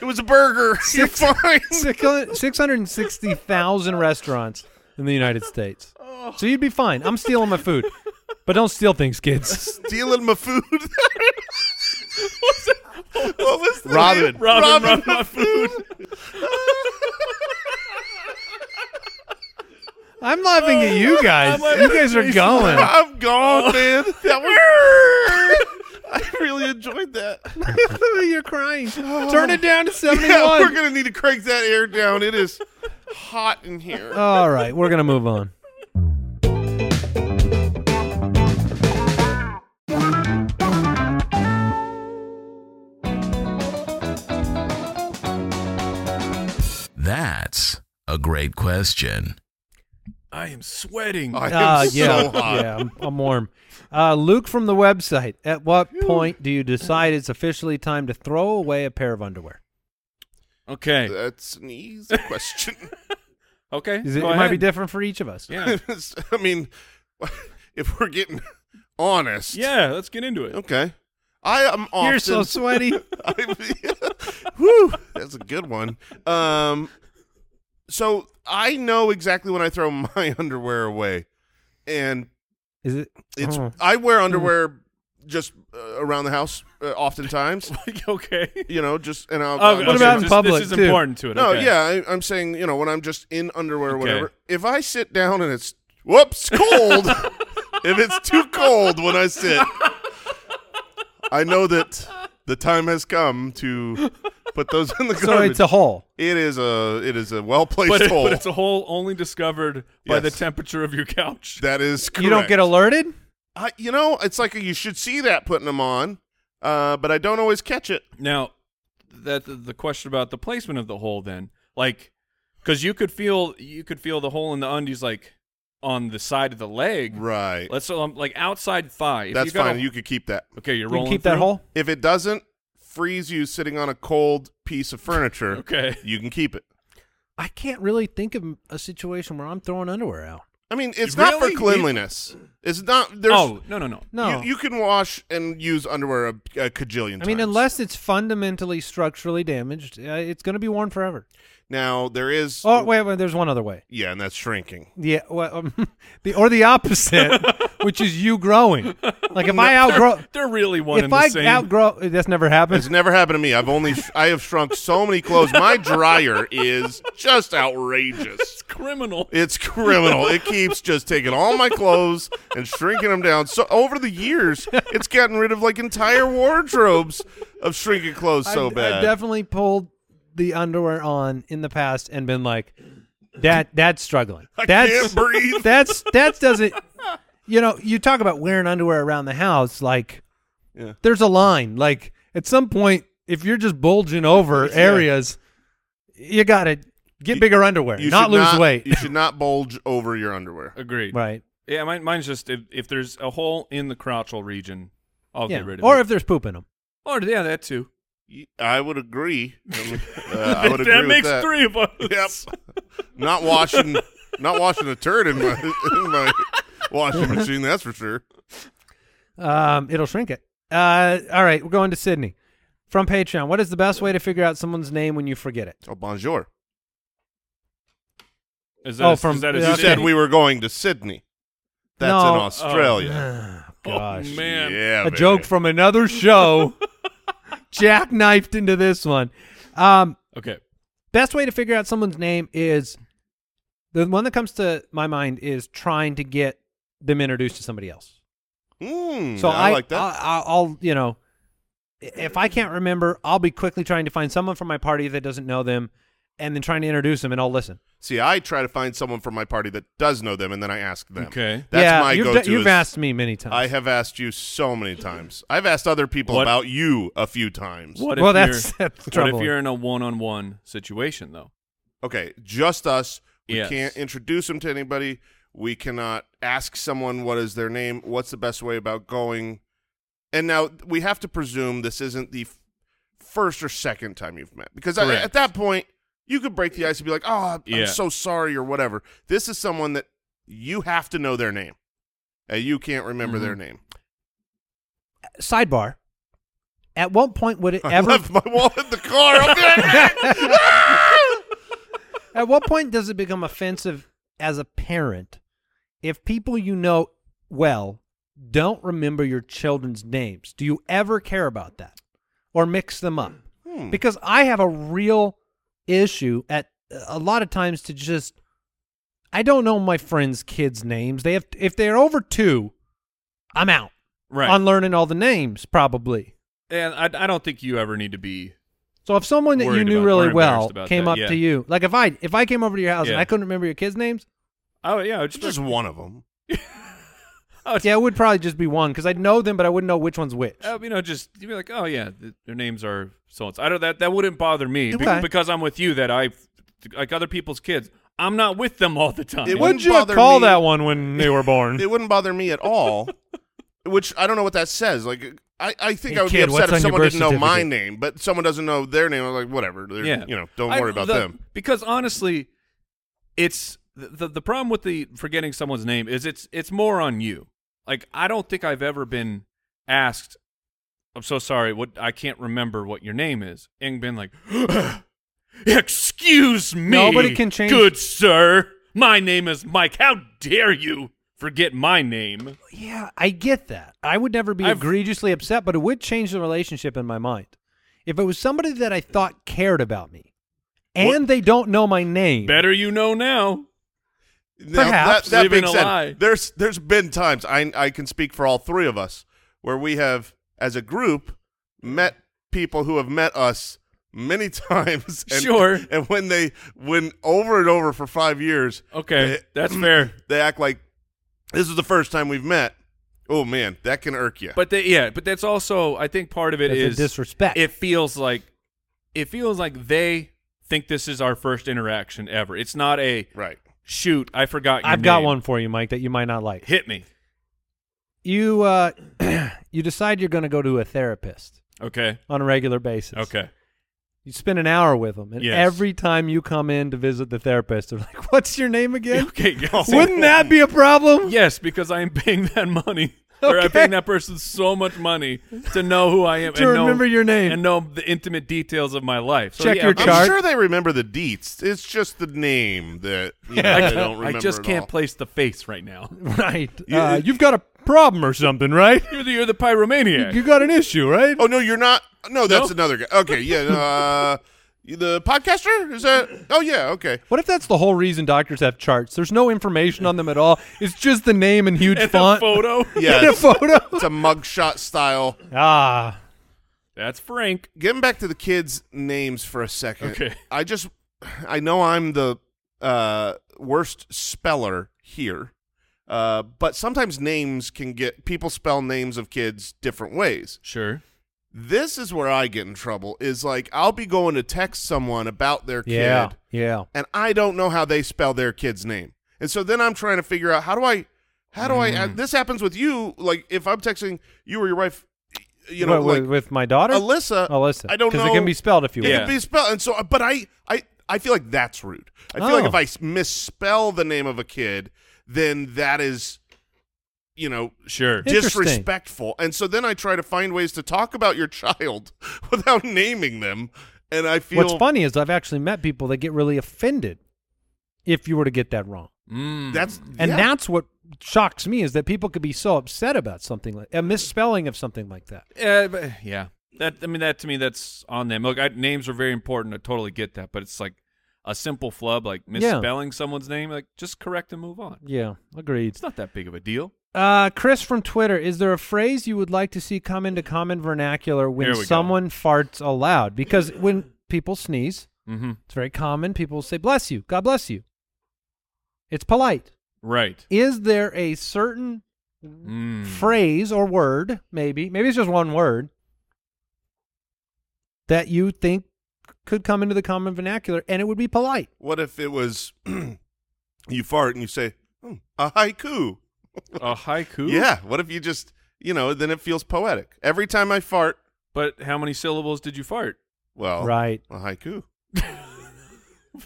S4: It was a burger. you You're fine.
S2: Six hundred and sixty thousand restaurants in the United States.
S4: Oh.
S2: So you'd be fine. I'm stealing my food, but don't steal things, kids.
S4: Stealing my food. what was the
S5: Robin.
S4: name?
S3: Robin, robbed
S4: my
S3: my food.
S2: I'm laughing at you guys.
S3: laughing
S2: You guys are going.
S4: I'm gone, man. That was. I really enjoyed that.
S2: You're crying. Turn it down to
S4: Yeah, we're
S2: 71.
S4: gonna need to crank that air down. It is hot in here.
S2: All right, we're going to move on.
S1: That's a great question.
S3: I am sweating.
S4: I am
S2: Uh, yeah,
S4: so hot.
S2: yeah, I'm, I'm warm. Uh, Luke from the website. At what point do you decide it's officially time to throw away a pair of underwear?
S3: Okay.
S4: That's an easy question.
S3: Okay.
S2: Is it,
S3: go
S2: it might be
S3: ahead.
S2: different for each of us.
S3: Yeah.
S4: I mean, if we're getting honest,
S3: Yeah. Let's get into it.
S4: Okay, I am often.
S2: You're so sweaty.
S4: I- Whew, that's a good one. Um, so I know exactly when I throw my underwear away, and
S2: Is it?
S4: it's
S2: Oh.
S4: I wear underwear just uh, around the house uh, oftentimes.
S3: okay.
S4: You know, just and I'll.
S3: Oh,
S4: I'll
S2: What
S4: just-
S2: about in
S3: this,
S2: public,
S3: This is
S2: too?
S3: important to it.
S4: No,
S3: okay.
S4: yeah, I, I'm saying you know when I'm just in underwear, or
S3: Okay.
S4: whatever. If I sit down and it's whoops cold, if it's too cold when I sit, I know that the time has come to put those in the garbage.
S2: So it's a hole.
S4: it is a it is a well
S3: But,
S4: placed
S3: it,
S4: hole.
S3: but it's a hole only discovered by the
S4: Yes.
S3: temperature of your couch.
S4: that is correct.
S2: You don't get alerted?
S4: I, you know, it's like you should see that putting them on, uh, but I don't always catch it.
S3: Now, that the- the question about the placement of the hole, then, like, because you could feel you could feel the hole in the undies like on the side of the leg.
S4: Right.
S3: Let's um, like outside thigh. If
S4: That's
S3: you got a-
S4: fine. you could keep that.
S3: okay, you're
S2: You can
S3: rolling.
S2: keep that
S3: through?
S2: hole?
S4: If it doesn't freeze you sitting on a cold piece of furniture,
S3: Okay.
S4: you can keep it.
S2: I can't really think of a situation where I'm throwing underwear out.
S4: I mean, it's not
S3: Really?
S4: for cleanliness. It's not. There's,
S3: oh no no no.
S2: No.
S4: You, you can wash and use underwear a, a cajillion times.
S2: I mean, unless it's fundamentally structurally damaged, uh, it's going to be worn forever.
S4: now there is.
S2: Oh, wait, wait, there's one other way.
S4: Yeah, and that's shrinking.
S2: Yeah, well, um, the or the opposite, which is you growing. Like if I outgrow,
S3: They're really one
S2: if
S3: and the
S2: I
S3: same.
S2: outgrow, that's never
S4: It's
S2: happens.
S4: never happened to me. I've only I have shrunk so many clothes. My dryer is just outrageous.
S3: criminal.
S4: It's criminal. It keeps just taking all my clothes and shrinking them down. So over the years, it's gotten rid of like entire wardrobes of shrinking clothes so
S2: I've,
S4: bad.
S2: I've definitely pulled the underwear on in the past and been like, that that's struggling.
S4: I
S2: that's
S4: can't breathe.
S2: that's that doesn't. You know, you talk about wearing underwear around the house. Like,
S4: Yeah.
S2: there's a line. Like at some point, if you're just bulging over areas, you gotta get
S4: You-
S2: bigger underwear,
S4: You
S2: not
S4: should
S2: lose weight.
S4: You should not bulge over your underwear.
S3: Agreed.
S2: right.
S3: Yeah, mine, mine's just if, if there's a hole in the crotchal region, I'll
S2: Yeah.
S3: get rid of
S2: Or
S3: it.
S2: if there's poop in them.
S3: or yeah, that too.
S4: Y- I would agree. I, mean, uh, I would agree
S3: that
S4: with
S3: makes
S4: that.
S3: three of us.
S4: Yep. Not washing, not washing a turd in my in my washing machine. That's for sure.
S2: Um, it'll shrink it. Uh, all right, we're going to Sydney from Patreon. What is the best way to figure out someone's name when you forget it?
S4: Oh, bonjour.
S3: Is that
S2: Oh,
S3: a-
S2: from-
S3: is that a
S2: yeah,
S4: You
S2: okay.
S4: said we were going to Sydney. That's
S2: No.
S4: in Australia.
S2: Gosh,
S3: Oh, man.
S4: Yeah,
S2: a
S4: baby.
S2: joke from another show, jackknifed into this one. Um,
S3: Okay.
S2: best way to figure out someone's name is The one that comes to my mind is trying to get them introduced to somebody else.
S4: Mm,
S2: So
S4: I, like that.
S2: I, will you know, i- if I can't remember, I'll be quickly trying to find someone from my party that doesn't know them, and then trying to introduce them, and I'll listen.
S4: See, I try to find someone from my party that does know them, and then I ask them.
S3: Okay.
S4: that's
S2: yeah,
S4: my
S2: you've,
S4: go-to.
S2: d- you've
S4: is-
S2: asked me many times.
S4: I have asked you so many times. I've asked other people
S3: What-
S4: about you a few times.
S3: What
S2: well,
S3: if
S2: that's
S3: you're,
S2: that's
S3: what
S2: trouble.
S3: if you're in a one-on-one situation though?
S4: Okay, just us. We
S3: Yes.
S4: can't introduce them to anybody. We cannot ask someone what is their name. What's the best way about going? And now we have to presume this isn't the f- first or second time you've met because I,
S3: Correct.
S4: at that point you could break the ice and be like, "Oh, I'm
S3: Yeah.
S4: so sorry" or whatever. This is someone that you have to know their name. And you can't remember their name.
S2: Sidebar. At what point would it
S4: I
S2: ever?
S4: left my wallet in the car. I'll be right back.
S2: At what point does it become offensive as a parent if people you know well don't remember your children's names? Do you ever care about that or mix them up?
S3: Hmm.
S4: "Hmm."
S2: Because I have a real issue at a lot of times to just I don't know my friends' kids' names. They have if they're over 2, I'm out
S3: Right.
S2: on learning all the names probably.
S3: and I, I don't think you ever need to be
S2: So if someone that you
S3: Worried
S2: knew
S3: about-
S2: really
S3: or
S2: well
S3: embarrassed about
S2: came
S3: that,
S2: up
S3: yeah.
S2: to you, like if I if I came over to your house and
S3: Yeah.
S2: I couldn't remember your kids' names,
S3: Oh yeah, I would just,
S4: Just one of them.
S2: Yeah, it would probably just be one because I'd know them, but I wouldn't know which one's which.
S3: uh, you know, just you'd be like, oh yeah, th- their names are so and so. I don't that that wouldn't bother me be-
S2: Okay.
S3: because I'm with you. That I like other people's kids. I'm not with them all the time.
S4: It wouldn't bother me.
S2: one when they were born?
S4: it wouldn't bother me at all. which I don't know what that says. Like I, I think
S2: Hey,
S4: I would
S2: kid,
S4: be
S2: what's
S4: upset
S2: on
S4: if
S2: your
S4: someone
S2: birth
S4: didn't know my
S2: certificate?
S4: name, but someone doesn't know their name. I'm like, whatever. They're-
S3: yeah,
S4: You know, don't
S3: I-
S4: worry about
S3: the-
S4: them.
S3: because honestly, it's the, the the problem with the forgetting someone's name is it's it's more on you. Like I don't think I've ever been asked. I'm so sorry. What I can't remember what your name is, and been like, excuse me.
S2: Nobody can change-
S3: Good sir, my name is Mike. How dare you forget my name?
S2: Yeah, I get that. I would never be
S3: I've-
S2: egregiously upset, but it would change the relationship in my mind. If it was somebody that I thought cared about me, and they don't know my name,
S3: Better you know now.
S4: Now,
S2: Perhaps.
S4: that, that
S3: Leaving
S4: being
S3: a
S4: said,
S3: lie.
S4: there's there's been times I I can speak for all three of us where we have, as a group, met people who have met us many times. And,
S3: Sure.
S4: And when they when over and over for five years,
S3: Okay,
S4: Eh,
S3: that's fair.
S4: they act like this is the first time we've met. Oh man, that can irk you.
S3: But they, yeah, but that's also I think part of it
S2: That's a
S3: is
S2: disrespect.
S3: It feels like it feels like they think this is our first interaction ever. It's not a
S4: right.
S3: shoot. I forgot. Your
S2: I've got
S3: name.
S2: one for you, Mike, that you might not like.
S3: Hit me.
S2: You uh, you decide you're going to go to a therapist
S3: Okay.
S2: on a regular basis.
S3: Okay.
S2: You spend an hour with them, and
S3: Yes.
S2: every time you come in to visit the therapist, they're like, "What's your name again?"
S3: Okay. Yes.
S2: Wouldn't that be a problem?
S3: yes, because I am paying that money. Or I'm
S2: Okay.
S3: paying that person so much money to know who I am
S2: To
S3: and
S2: remember
S3: know,
S2: your name.
S3: and know the intimate details of my life. So,
S2: Check
S3: yeah,
S2: your
S3: I'm-
S2: chart.
S4: I'm sure they remember the deets. It's just the name that you know, they don't
S3: I
S4: remember.
S3: just
S4: at
S3: can't
S4: all.
S3: place the face right now.
S2: Right.
S4: You-
S2: uh, you've got a problem or something, right?
S3: You're the, you're the pyromaniac.
S2: You got an issue, right?
S4: Oh no, you're not. No, that's
S3: No?
S4: another guy. Okay, yeah. Uh, you- the podcaster is that? Oh yeah. Okay.
S2: What if that's the whole reason doctors have charts? There's no information on them at all. It's just the name in huge
S3: and a
S2: font
S3: photo.
S4: Yeah.
S2: and a
S4: It's,
S2: photo.
S4: it's a mugshot style.
S2: ah,
S3: That's Frank.
S4: Getting back to the kids' names for a second.
S3: Okay.
S4: I just, I know I'm the uh, worst speller here, uh, but sometimes names can get people spell names of kids different ways.
S3: Sure.
S4: this is where I get in trouble is like I'll be going to text someone about their kid
S2: yeah, yeah.
S4: and I don't know how they spell their kid's name. And so then I'm trying to figure out how do I how do
S2: Mm.
S4: I this happens with you like if I'm texting you or your wife you know
S2: What, with,
S4: like
S2: with my daughter,
S4: Alyssa
S2: Alyssa.
S4: I don't know
S2: because it can be spelled if you
S4: it
S2: will.
S3: Yeah.
S4: can be spelled and so but I I I feel like that's rude. I feel like
S2: Oh.
S4: if I s- misspell the name of a kid then that is you know
S3: Sure.
S2: Interesting.
S4: disrespectful. And so then I try to find ways to talk about your child without naming them. And I feel
S2: What's funny is I've actually met people that get really offended if you were to get that wrong.
S3: Mm.
S4: that's
S2: And
S4: yeah.
S2: that's what shocks me is that people could be so upset about something like a misspelling of something like that.
S3: Yeah, but, yeah. That I mean, that to me, that's on them. Look, I, names are very important. I totally get that, but it's like a simple flub like misspelling someone's name, like just correct and move on.
S2: Yeah, agreed.
S3: It's not that big of a deal.
S2: Uh, Chris from Twitter, is there a phrase you would like to see come into common vernacular when
S3: Here we go.
S2: someone farts aloud? Because when people sneeze,
S3: Mm-hmm.
S2: it's very common. People say, bless you, God bless you. It's polite.
S3: Right.
S2: Is there a certain
S3: Mm.
S2: phrase or word, maybe, maybe it's just one word, that you think could come into the common vernacular and it would be polite?
S4: What if it was you fart and you say "Hmm, a haiku?
S3: a haiku.
S4: Yeah. What if you just you know? Then it feels poetic. Every time I fart,
S3: But how many syllables did you fart?
S4: well,
S2: Right.
S4: a haiku.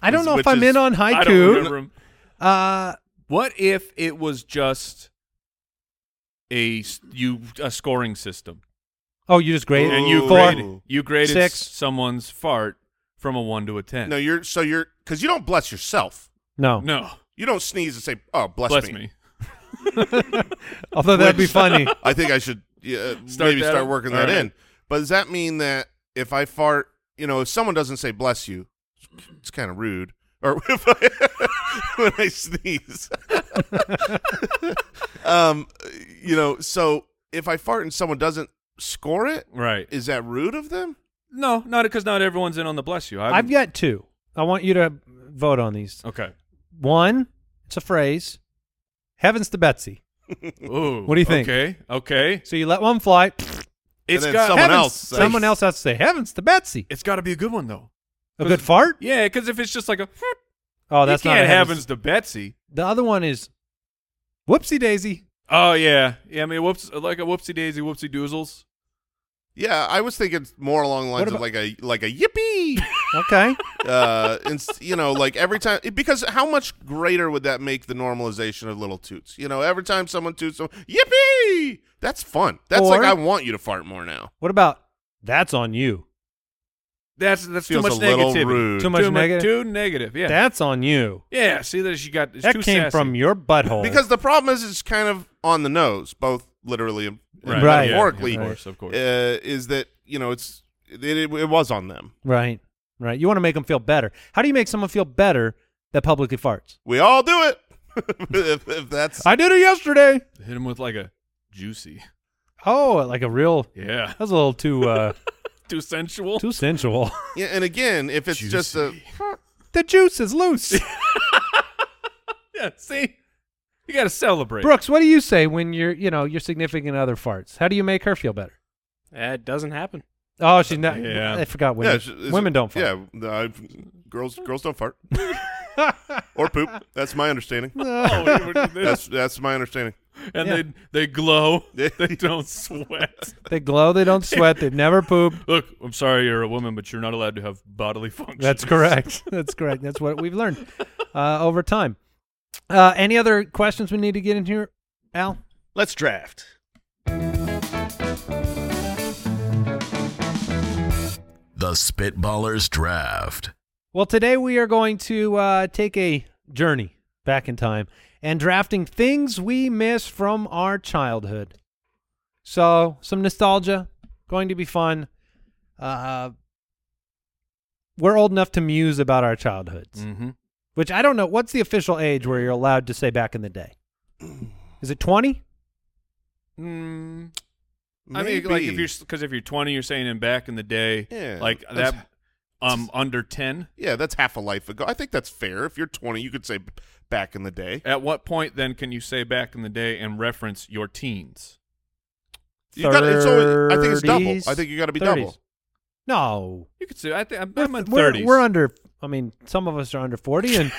S2: I don't know
S4: Oh. Which
S2: if I'm
S4: is-
S2: in on
S3: I don't
S2: haiku.
S3: remember 'em.
S2: Uh,
S3: What if it was just a s- you a scoring system
S2: oh, you just grade
S4: And
S3: and you
S4: Ooh.
S2: four.
S3: graded you graded
S2: Six.
S3: someone's fart from a one to a ten?
S4: No, you're so you're because you don't bless yourself.
S2: No.
S3: no,
S4: You don't sneeze and say, "Oh, bless,
S3: bless
S4: me.
S3: me.
S2: Although that'd be funny.
S4: I think I should yeah,
S3: Start
S4: maybe
S3: that
S4: start
S3: up.
S4: working
S3: All
S4: that
S3: right.
S4: in. But does that mean that if I fart, you know, if someone doesn't say "bless you," it's kind of rude. Or if I, when I sneeze, um, you know, so if I fart and someone doesn't score it,
S3: Right.
S4: is that rude of them?
S3: No, not because not everyone's in on the bless you. I
S2: I've
S3: haven't-
S2: got two. I want you to vote on these.
S3: okay.
S2: One, it's a phrase. Heavens to Betsy.
S3: Ooh,
S2: What do you think?
S3: Okay, okay.
S2: So you let one fly.
S3: It's
S4: then
S3: got
S4: someone
S3: heavens-
S4: else says-
S2: Someone else has to say heavens to Betsy.
S3: It's got to be a good one though.
S2: A good fart?
S3: Yeah, because if it's just like a,
S2: Oh,
S3: you
S2: that's not
S3: can't
S2: a
S3: happens to Betsy.
S2: The other one is whoopsie daisy.
S3: Oh yeah, yeah. I mean, whoops, like a whoopsie daisy, whoopsie doozles.
S4: Yeah, I was thinking more along the lines
S2: What
S4: of like a like a yippee.
S2: Okay.
S4: uh, and, you know, like every time, because how much greater would that make the normalization of little toots? You know, every time someone toots, someone, yippee! That's fun. That's like
S2: Or-
S4: I want you to fart more now.
S2: what about that's on you?
S3: That's that's
S4: Feels
S3: too much
S4: a little
S3: negativity.
S4: rude.
S2: Too much
S3: mu-
S2: negative?
S3: Too negative. Yeah.
S2: That's on you.
S3: yeah. See that she got it's
S2: That
S3: too
S2: came
S3: sassy.
S2: from your butthole.
S4: Because the problem is, it's kind of on the nose, both literally and
S3: right.
S2: Right.
S4: metaphorically.
S3: Yeah, of course, of course.
S4: Uh, is that you know it's it, it, it was on them.
S2: Right. Right. You want to make them feel better. How do you make someone feel better that publicly farts?
S4: We all do it. if, if that's
S2: I did it yesterday.
S3: Hit him with like a juicy.
S2: Oh, like a real
S3: Yeah.
S2: that was a little too uh
S3: Too sensual.
S2: too sensual.
S4: yeah, and again, if it's just a
S3: Juicy.
S2: the juice is loose.
S3: yeah. See, you got to celebrate.
S2: Brooks, what do you say when your you know your significant other farts? How do you make her feel better?
S6: That doesn't happen.
S2: Oh, she's not.
S3: Yeah.
S2: I forgot
S4: yeah,
S2: women.
S4: it's- it's-
S2: women don't fart.
S4: Yeah, no, I, girls girls don't fart or poop. That's my understanding.
S3: Oh, you were-
S4: That's that's my understanding.
S3: and
S2: Yeah.
S3: they they glow.
S4: Yeah.
S3: They don't sweat.
S2: They glow. They don't sweat. They've never pooped.
S3: Look, I'm sorry you're a woman, but you're not allowed to have bodily functions.
S2: That's correct. That's correct. That's what we've learned uh, over time. Uh, any other questions we need to get in here, Al?
S5: Let's draft.
S1: The Spitballers Draft.
S2: Well, today we are going to uh, take a journey back in time and drafting things we miss from our childhood. So, some nostalgia, going to be fun. Uh, we're old enough to muse about our childhoods,
S3: Mm-hmm.
S2: which I don't know. What's the official age where you're allowed to say back in the day? Is it 20?
S3: Mm, I mean, like if
S4: Maybe.
S3: you're because if you're 20, you're saying in back in the day,
S4: Yeah,
S3: like
S4: that's-
S3: that, um, under 10.
S4: yeah, that's half a life ago. I think that's fair. If you're 20, you could say b- back in the day.
S3: At what point then can you say back in the day and reference your teens?
S4: You gotta- it's always- I think it's double.
S2: 30s?
S4: I think you gotta be
S2: 30s.
S4: double.
S2: No.
S3: You could say I think I'm, I'm in
S2: we're,
S3: 30s.
S2: we're under. I mean, some of us are under forty, and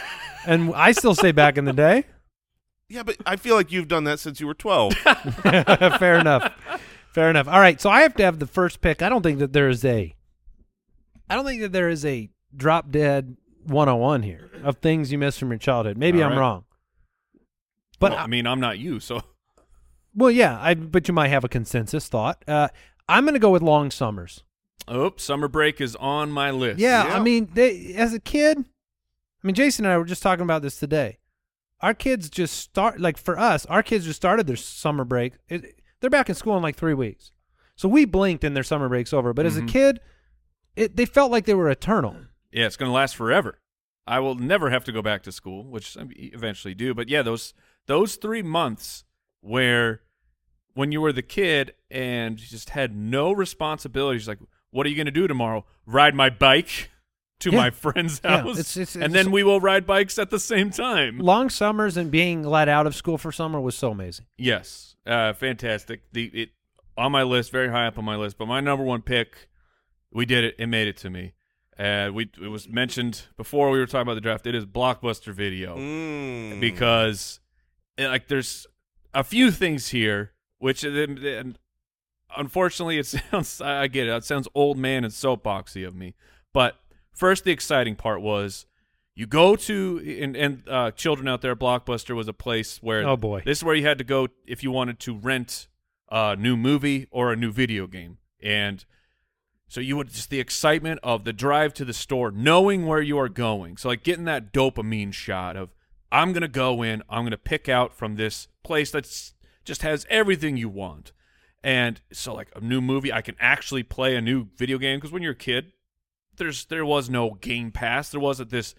S2: and I still say back in the day.
S4: Yeah, but I feel like you've done that since you were 12.
S2: Fair enough. Fair enough. All right, so I have to have the first pick. I don't think that there is a. I don't think that there is a drop dead 101 here of things you missed from your childhood. Maybe
S3: All
S2: I'm
S3: right.
S2: wrong. But
S3: Well, I mean, I'm not you, so
S2: well, yeah, I but you might have a consensus thought. Uh, I'm going to go with long summers.
S3: oops. Summer break is on my list.
S2: Yeah, I
S4: Yeah.
S2: mean, they, as a kid, I mean, Jason and I were just talking about this today. Our kids just start like for us, our kids just started their summer break. It, they're back in school in like three weeks, so we blinked and their summer break's over. But as a
S3: Mhm.
S2: kid, it they felt like they were eternal.
S3: yeah, it's gonna last forever. I will never have to go back to school, which I eventually do. But yeah, those those three months where when you were the kid and you just had no responsibilities, like what are you going to do tomorrow? Ride my bike to
S2: Yeah.
S3: my friend's
S2: Yeah,
S3: house,
S2: it's- it's-
S3: and
S2: it's-
S3: then we will ride bikes at the same time.
S2: Long summers and being let out of school for summer was so amazing.
S3: Yes, uh, fantastic. The it on my list, very high up on my list. But my number one pick, we did it. It made it to me. Uh, we it was mentioned before we were talking about the draft. It is blockbuster video
S4: Mm.
S3: because eh, like there's a few things here which eh, eh, and unfortunately it sounds I I get it. It sounds old man and soapboxy of me. But first, the exciting part was. You go to and, and uh, children out there. Blockbuster was a place where
S2: Oh, boy.
S3: this is where you had to go if you wanted to rent a new movie or a new video game. And so you would just the excitement of the drive to the store, knowing where you are going. So like getting that dopamine shot of I'm gonna go in, I'm gonna pick out from this place that's just has everything you want. And so like a new movie, I can actually play a new video game because when you're a kid, there's there was no Game Pass, there wasn't this.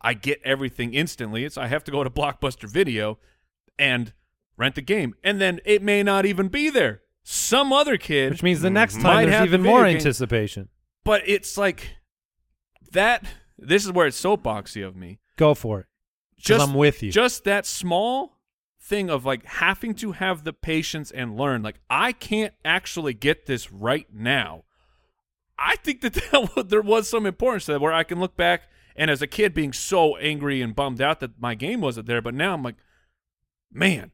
S3: I get everything instantly. It's I have to go to Blockbuster Video and rent the game, and then it may not even be there. Some other kid
S2: Which means the next
S3: Might
S2: time
S3: have
S2: there's
S3: the
S2: even
S3: video
S2: more
S3: game.
S2: anticipation.
S3: but it's like that this is where it's soapboxy of me
S2: Go for it. 'Cause
S3: just
S2: I'm with you.
S3: just that small thing of like having to have the patience and learn like i can't actually get this right now i think that, that wa- there was some importance to that where i can look back and as a kid being so angry and bummed out that my game wasn't there but now i'm like man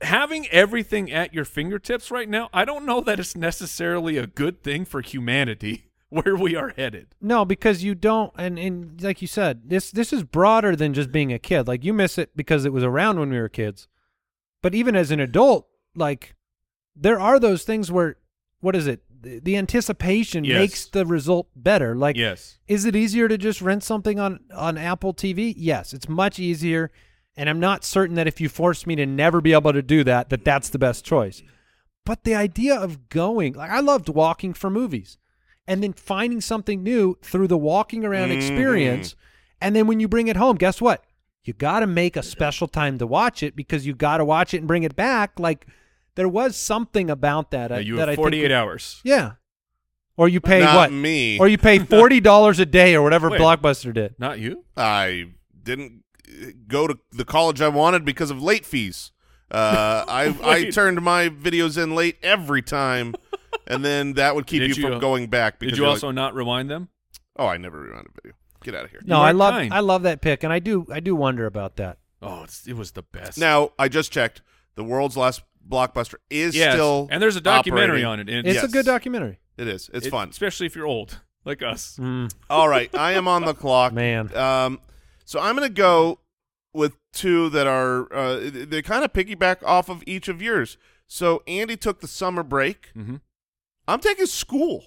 S3: having everything at your fingertips right now i don't know that it's necessarily a good thing for humanity where we are headed
S2: No, because you don't, and, and like you said, this this is broader than just being a kid. Like you miss it because it was around when we were kids, but even as an adult, like there are those things where, what is it? The, the anticipation
S3: Yes.
S2: makes the result better. Like,
S3: yes
S2: is it easier to just rent something on on Apple TV? Yes, it's much easier, and I'm not certain that if you forced me to never be able to do that, that that's the best choice. But the idea of going, like I loved walking for movies and then finding something new through the walking around
S3: Mm-hmm.
S2: experience. And then when you bring it home, guess what? You got to make a special time to watch it because you got to watch it and bring it back. Like there was something about that. uh,
S3: Now, you
S2: that I
S3: have
S2: think-
S3: 48 hours
S2: Yeah. Or you pay
S4: Not
S2: what?
S4: me.
S2: Or you pay forty dollars a day or whatever
S3: Wait.
S2: Blockbuster did.
S3: not you
S4: I didn't uh, go to the college I wanted because of late fees. Uh, I I
S3: Wait.
S4: turned my videos in late every time, and then that would keep
S3: Did
S4: you
S3: you-
S4: from going back. Because
S3: Did you
S4: you're
S3: also not rewind them?
S4: Like, oh, I never rewound a video. Get out of here.
S2: No,
S3: You
S2: I
S3: are
S2: love
S3: kind.
S2: I love that pick, and I do I do wonder about that.
S3: Oh, it's, it was the best.
S4: Now I just checked. The world's last blockbuster is
S3: Yes,
S4: still
S3: and there's a documentary
S4: operating.
S3: on it. And
S2: It's
S4: Yes.
S2: a good documentary. Mm,
S4: It is. It's
S3: it-
S4: fun.
S3: especially if you're old like us.
S4: All right, I am on the clock,
S2: Man.
S4: Um, so I'm going to go with two that are uh, they kind of piggyback off of each of yours. So Andy took the summer break.
S3: Mhm.
S4: I'm taking school.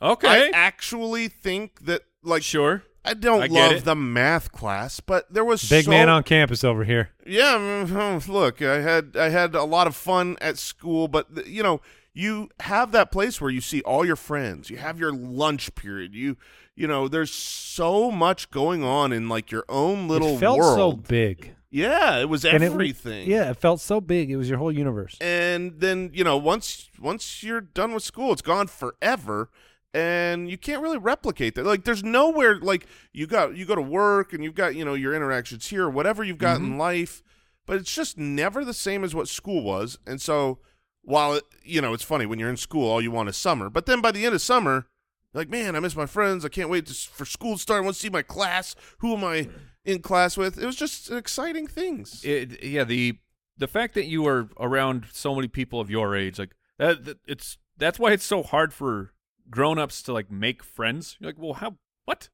S3: Okay,
S4: I actually think that like
S3: sure.
S4: I don't
S3: I get
S4: love
S3: it.
S4: the math class, but there was
S2: Big
S4: so-
S2: man on campus over here.
S4: yeah, mm, look, I had I had a lot of fun at school, but th- you know, you have that place where you see all your friends. You have your lunch period. You you know, there's so much going on in like your own little
S2: it felt so
S4: world.
S2: big.
S4: yeah, it was
S2: And it-
S4: everything.
S2: yeah, it felt so big. It was your whole universe.
S4: And then, you know, once once you're done with school, it's gone forever and you can't really replicate that. Like there's nowhere like you got you go to work and you've got, you know, your interactions here, whatever you've got in life, but it's just never the same as what school was. And so while it, you know, it's funny when you're in school all you want is summer, but then by the end of summer, you're like, man, I miss my friends. I can't wait to, for school to start. I want to see my class. Who am I in class with? It was just exciting things.
S3: It, yeah, the the fact that you were around so many people of your age, like that, that- it's that's why it's so hard for grown-ups to like make friends. You're like, well, how? What?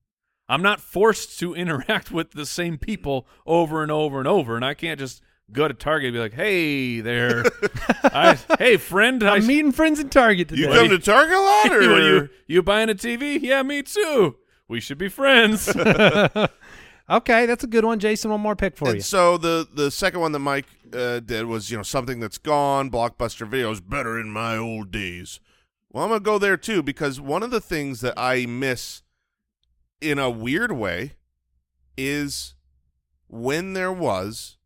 S3: I'm not forced to interact with the same people over and over and over, and I can't just go to Target and be like, "Hey there, I, hey friend, I,
S2: I'm meeting friends in Target today.
S4: you come to Target a lot, or
S3: Well, you you buying a TV? Yeah, me too. We should be friends.
S2: okay, that's a good one, Jason. One more pick for
S4: and
S2: you.
S4: so the the second one that Mike uh, did was you know something that's gone. Blockbuster Video is better in my old days. Well, I'm gonna go there too because one of the things that I miss in a weird way is when there was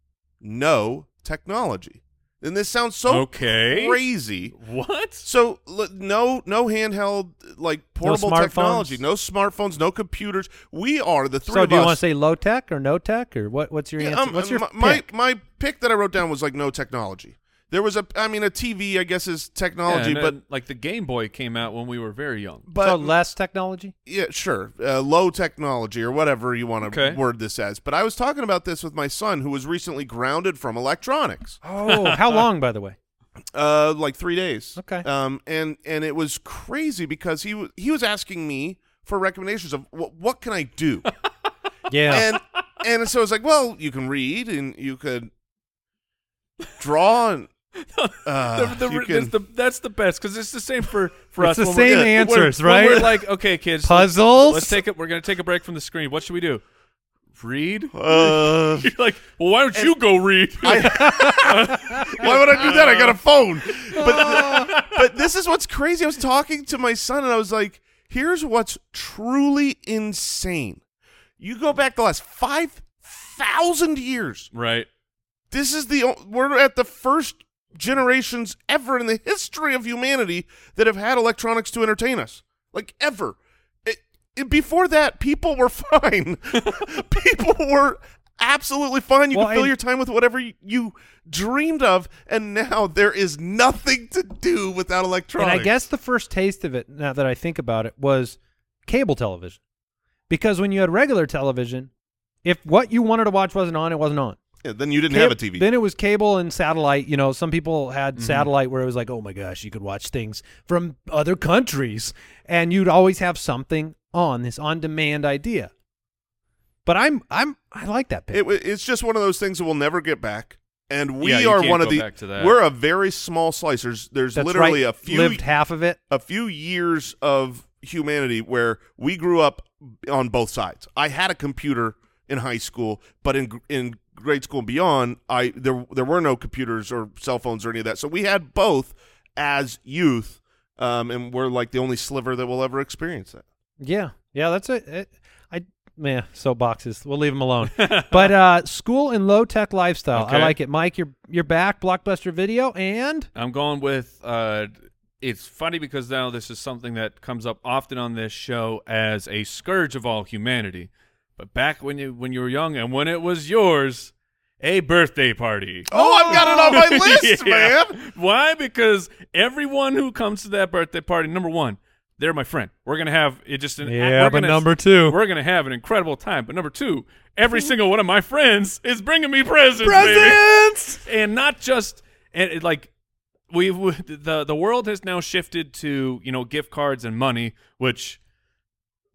S4: no technology. And this sounds so
S3: Okay.
S4: crazy.
S3: What?
S4: So l- no, no handheld like portable
S2: smartphones?
S4: technology, no smartphones, no computers. We are the three
S2: So
S4: of
S2: do you
S4: us-
S2: want to say low tech or no tech or what? What's your
S4: Yeah,
S2: answer?
S4: um,
S2: what's your
S4: my, my
S2: pick?
S4: my pick that I wrote down was like no technology. There was a, I mean, a TV I guess is technology,
S3: Yeah, and,
S4: but
S3: uh, like the Game Boy came out when we were very young.
S4: but
S2: so less technology.
S4: yeah, sure, uh, low technology or whatever you want to
S3: Okay.
S4: word this as. But I was talking about this with my son who was recently grounded from electronics.
S2: Oh, how long, by the way?
S4: Uh, like three days.
S2: Okay.
S4: Um, and and it was crazy because he was he was asking me for recommendations of what what can I do,
S2: Yeah.
S4: and and so I was like, well, you can read and you could draw and uh,
S3: The- the-
S4: you
S3: that's,
S4: can-
S3: the, that's the best because it's the same for for
S2: It's
S3: us.
S2: the
S3: when we're-
S2: same
S3: when we're-
S2: answers,
S3: when We're
S2: right?
S3: like, okay, kids,
S2: Puzzles?
S3: Let's take it. We're gonna take a break from the screen. What should we do? Read.
S4: uh,
S3: You're like, well, why don't you go read?
S4: Why would I do that? I got a phone. But th- but this is what's crazy. I was talking to my son and I was like, here's what's truly insane. You go back the last 5,000 years.
S3: right.
S4: This is the o- we're at the first generations ever in the history of humanity that have had electronics to entertain us. Like ever. It, it, before that, people were fine. people were absolutely fine. You
S2: Well,
S4: could fill
S2: and-
S4: your time with whatever y- you dreamed of, and now there is nothing to do without
S2: and
S4: electronics.
S2: I guess the first taste of it, now that I think about it, was cable television, because when you had regular television, if what you wanted to watch wasn't on, it wasn't on.
S4: Yeah, then you didn't
S2: Cab-
S4: have a Mm-hmm. TV.
S2: Then it was cable and satellite. You know, some people had satellite where it was like, oh my gosh, you could watch things from other countries, and you'd always have something on this on-demand idea. But I'm I'm I like that pick.
S4: It, wa- it's just one of those things that we'll never get back. And we
S3: Yeah, you
S4: are
S3: can't
S4: one of
S3: go
S4: the.
S3: back to that.
S4: We're a very small slice. There's, there's
S2: That's
S4: literally
S2: right.
S4: a few
S2: lived half of it.
S4: a few years of humanity where we grew up on both sides. I had a computer in high school, but in in grade school and beyond, I there there were no computers or cell phones or any of that. So we had both as youth, um, and we're like the only sliver that will ever experience that.
S2: Yeah, yeah, that's it. it I man, so boxes. We'll leave them alone. but uh, school and low tech lifestyle. I
S3: Okay.
S2: like it, Mike. You're you're back. Blockbuster Video and
S3: I'm going with. Uh, it's funny because now this is something that comes up often on this show as a scourge of all humanity. But back when you when you were young and when it was yours, a birthday party.
S4: Oh, I've got it on my list,
S3: Yeah.
S4: man.
S3: Why? Because everyone who comes to that birthday party, number one, they're my friend. We're gonna have it just
S4: uh,
S3: an
S2: Yeah,
S3: we're
S2: but
S3: gonna-
S2: number two.
S3: we're gonna have an incredible time. But number two, every single one of my friends is bringing me presents,
S2: Presents!
S3: baby. and not just and it, like we've we, the the world has now shifted to you know gift cards and money, which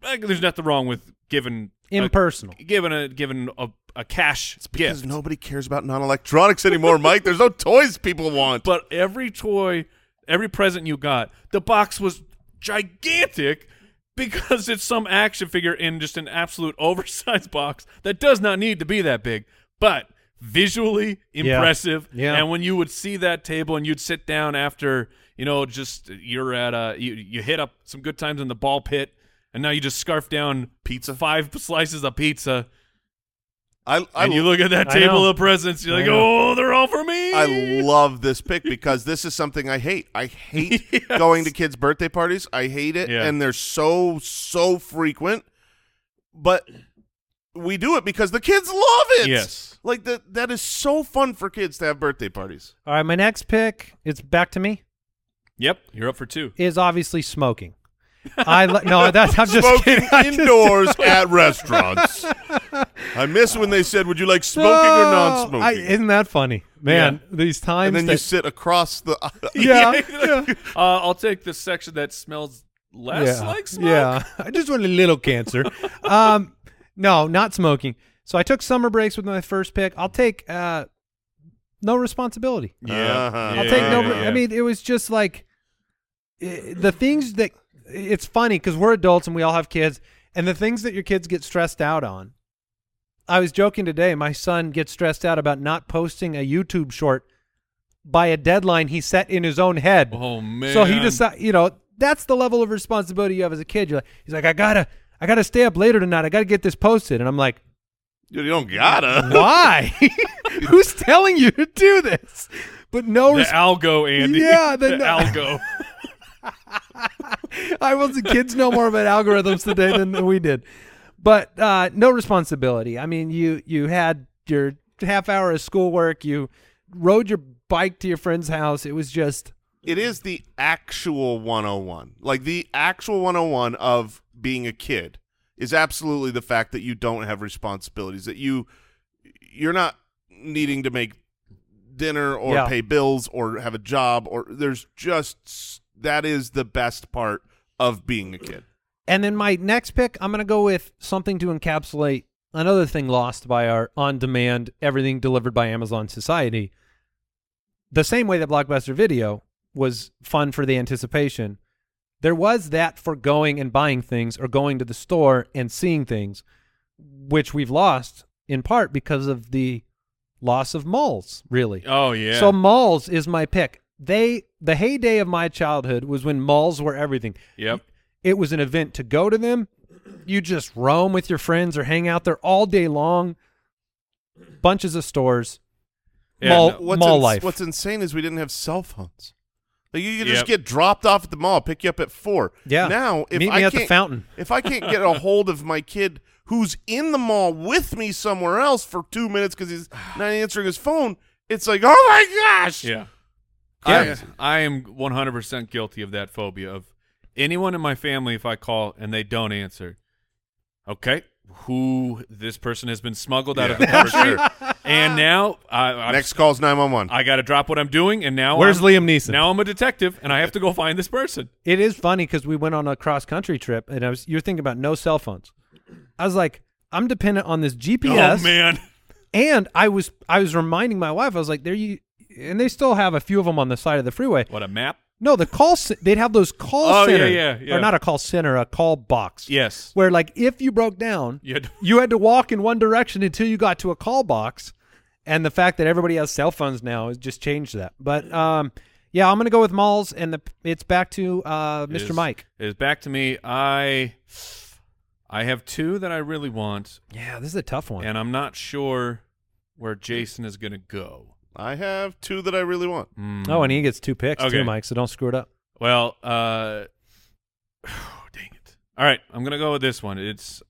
S3: like, there's nothing wrong with giving a,
S2: impersonal.
S3: giving a giving a, a cash
S4: Because
S3: gift.
S4: nobody cares about non-electronics anymore, Mike. There's no toys people want.
S3: but every toy, every present you got, the box was gigantic because it's some action figure in just an absolute oversized box that does not need to be that big, but visually impressive.
S2: Yeah.
S3: And when you would see that table and you'd sit down after, you know, just you're at a you, you hit up some good times in the ball pit and now you just scarf down pizza five slices of pizza
S4: I, I
S3: and you look at that
S2: I
S3: table
S2: know.
S3: of presents you're
S2: I
S3: like
S2: know.
S3: oh they're all for me
S4: I love this pick because this is something I hate. I hate going to kids' birthday parties. I hate it,
S3: Yeah.
S4: and they're so so frequent. But we do it because the kids love it.
S3: Yes.
S4: like that. That is so fun for kids to have birthday parties.
S2: All right, my next pick. It's back to me.
S3: yep you're up for two
S2: Is obviously smoking. I li- no, that's I'm just
S4: Smoking
S2: kidding. I just-
S4: indoors at restaurants. I miss when they said, "Would you like smoking
S2: No,
S4: or non-smoking?"
S2: Uh, I, isn't that funny, man? These times
S4: and then you
S2: that-
S4: sit across the.
S2: yeah, yeah.
S3: Uh, I'll take the section that smells less
S2: yeah.
S3: like smoke.
S2: Yeah, I just want a little cancer. um, no, not smoking. So I took summer breaks with my first pick. I'll take uh, no responsibility.
S4: Uh-huh.
S2: I'll
S4: Yeah,
S2: take no.
S4: yeah, yeah.
S2: I mean, it was just like i the things that it's funny because we're adults and we all have kids, and the things that your kids get stressed out on. I was joking today. My son gets stressed out about not posting a YouTube short by a deadline he set in his own head.
S3: Oh man.
S2: So he decided, you know, that's the level of responsibility you have as a kid. You're like, he's like, I gotta, I gotta stay up later tonight. I gotta get this posted. And I'm like,
S4: You don't gotta.
S2: Why? Who's telling you to do this? But no
S3: The
S2: response.
S3: algo, Andy.
S2: Yeah, the-
S3: the algo.
S2: I was the kids know more about algorithms today than we did, but uh, no responsibility. I mean, you you had your half hour of schoolwork. You rode your bike to your friend's house. It was just
S4: It is the actual 101. Like the actual 101 of being a kid is absolutely the fact that you don't have responsibilities that you you're not needing to make dinner or
S2: Yeah.
S4: pay bills or have a job or there's just s- that is the best part of being a kid.
S2: And then my next pick, I'm going to go with something to encapsulate another thing lost by our on demand, everything delivered by Amazon society. The same way that Blockbuster Video was fun for the anticipation, there was that for going and buying things or going to the store and seeing things, which we've lost in part because of the loss of malls, really.
S3: Oh yeah.
S2: So malls is my pick. They the heyday of my childhood was when malls were everything
S3: yep.
S2: it was an event to go to them. You just roam with your friends or hang out there all day long. Bunches of stores.
S3: Yeah,
S2: mall
S3: no.
S4: What's
S2: mall
S4: ins-
S2: life.
S4: What's insane is we didn't have cell phones. Like you could
S3: Yep.
S4: just get dropped off at the mall, pick you up at four.
S2: yeah.
S4: Now, if
S2: Meet
S4: I
S2: me at the
S4: can't-
S2: fountain.
S4: If I can't get a hold of my kid who's in the mall with me somewhere else for two minutes because he's not answering his phone, it's like, oh my gosh.
S3: Yeah.
S2: Yeah.
S3: I, I am 100% guilty of that phobia of anyone in my family if I call and they don't answer. Okay, who this person has been smuggled out of the
S4: Yeah, for
S3: country.
S4: sure.
S3: And now I I'm,
S4: Next call's 911.
S3: I got to drop what I'm doing and now
S2: Where's
S3: I'm,
S2: Liam Neeson?
S3: Now I'm a detective and I have to go find this person.
S2: It is funny because we went on a cross country trip and I was you're thinking about no cell phones. I was like, I'm dependent on this GPS.
S3: Oh man.
S2: And I was I was reminding my wife, I was like, there you and they still have a few of them on the side of the freeway.
S3: What a map.
S2: No, the call ce- they'd have those call
S3: Oh, yeah,
S2: center
S3: yeah, yeah.
S2: or not a call center, a call box.
S3: Yes.
S2: Where like if you broke down,
S3: You had to-
S2: you had to walk in one direction until you got to a call box. And the fact that everybody has cell phones now has just changed that. But um, yeah, I'm gonna go with malls, and the, it's back to uh, Mr.
S3: is-
S2: Mike.
S3: Is back to me. I I have two that I really want
S2: Yeah, this is a tough one.
S3: and I'm not sure where Jason is going to go.
S4: I have two that I really want.
S3: Hmm.
S2: oh, and he gets two picks
S3: Okay.
S2: too, Mike. So don't screw it up.
S3: Well, uh, oh, dang it! All right, I'm gonna go with this one. It's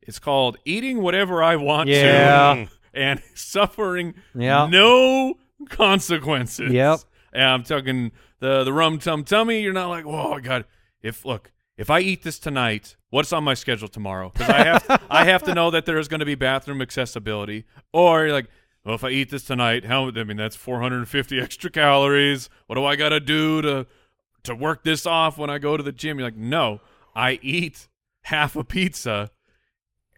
S3: it's called eating whatever I want
S2: Yeah.
S4: Mm.
S3: to and suffering
S2: Yeah.
S3: no consequences.
S2: Yep.
S3: And I'm talking the the rum tum tummy. You're not like, oh god. If look, if I eat this tonight, what's on my schedule tomorrow? Because I have I have to know that there is going to be bathroom accessibility. Or you're like, well, if I eat this tonight, how? I mean, that's 450 extra calories. What do I got to do to to work this off when I go to the gym? You're like, no, I eat half a pizza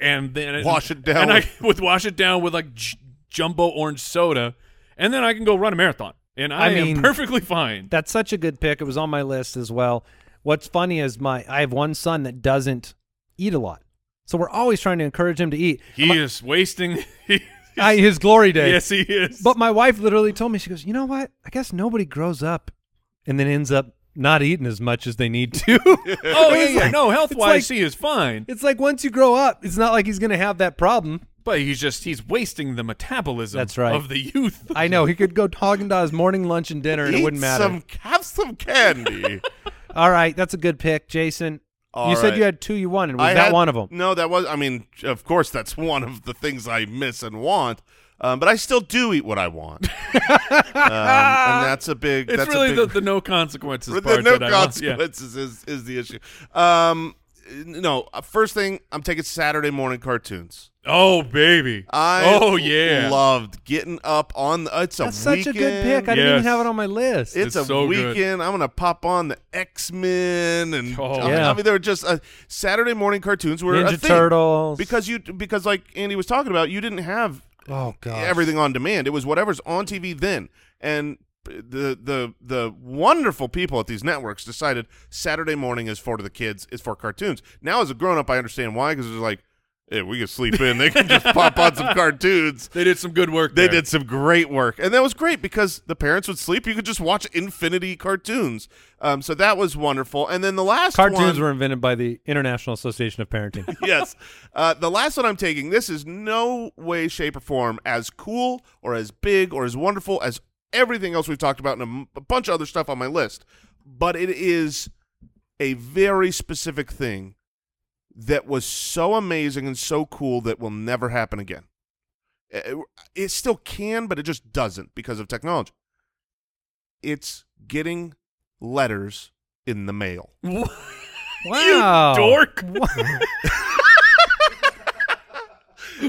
S3: and then
S4: Wash it down
S3: and I,
S4: with-
S3: with wash it down with like j- jumbo orange soda, and then I can go run a marathon, and I,
S2: I mean-
S3: am perfectly fine.
S2: That's such a good pick. It was on my list as well. What's funny is my I have one son that doesn't eat a lot, so we're always trying to encourage him to eat.
S3: He is wasting. he-
S2: I, his glory days.
S3: yes, he is.
S2: But my wife literally told me, she goes, you know what? I guess nobody grows up and then ends up not eating as much as they need to.
S3: oh yeah, yeah. no, health wise,
S2: like-
S3: he is fine,
S2: it's like once you grow up, it's not like he's going to have that problem.
S3: but he's just he's wasting the metabolism.
S2: That's right.
S3: of the youth.
S2: I know he could go Haagen Dazs morning, lunch, and dinner, and it
S4: Eat
S2: wouldn't matter.
S4: Some, have some candy.
S2: All right, that's a good pick, Jason.
S4: All
S2: you said
S4: right.
S2: you had two you wanted. Was
S4: I
S2: that
S4: had-
S2: one of them?
S4: No, that was. I mean, of course, that's one of the things I miss and want. Um, but I still do eat what I want, um, and that's a big.
S3: It's
S4: that's a
S3: really
S4: big-
S3: the, the no consequences
S4: With
S3: part.
S4: the no
S3: that I want. Yeah.
S4: consequences is, is the issue. Um, n- no, uh, first thing I'm taking Saturday morning cartoons.
S3: Oh baby.
S4: I
S3: oh yeah.
S4: loved getting up on the. It's a
S2: That's such a good
S4: weekend.
S2: pick. I didn't even
S3: Yes.
S2: have it on my list.
S4: It's,
S3: It's
S4: a
S3: so good.
S4: weekend. I'm gonna pop on the X Men and
S3: Oh,
S4: I,
S2: yeah.
S4: I mean, they were just uh, Saturday morning cartoons were a
S2: Ninja
S4: thing.
S2: Turtles.
S4: because you because like Andy was talking about, you didn't have
S2: oh god,
S4: everything on demand. It was whatever's on TV then. And the the the wonderful people at these networks decided Saturday morning is for the kids, is for cartoons. Now as a grown up, I understand why because it's like Yeah, we can sleep in. They can just pop on some cartoons.
S3: They did some good work.
S4: They
S3: there.
S4: did some great work, and that was great because the parents would sleep. You could just watch infinity cartoons. Um, so that was wonderful. And then the last one,
S2: Cartoons were invented by the International Association of Parenting.
S4: yes. Uh, the last one I'm taking, this is no way, shape, or form as cool or as big or as wonderful as everything else we've talked about and a, m- a bunch of other stuff on my list. But it is a very specific thing that was so amazing and so cool that will never happen again. It, it still can, but it just doesn't because of technology. It's getting letters in the mail.
S2: wow.
S3: dork.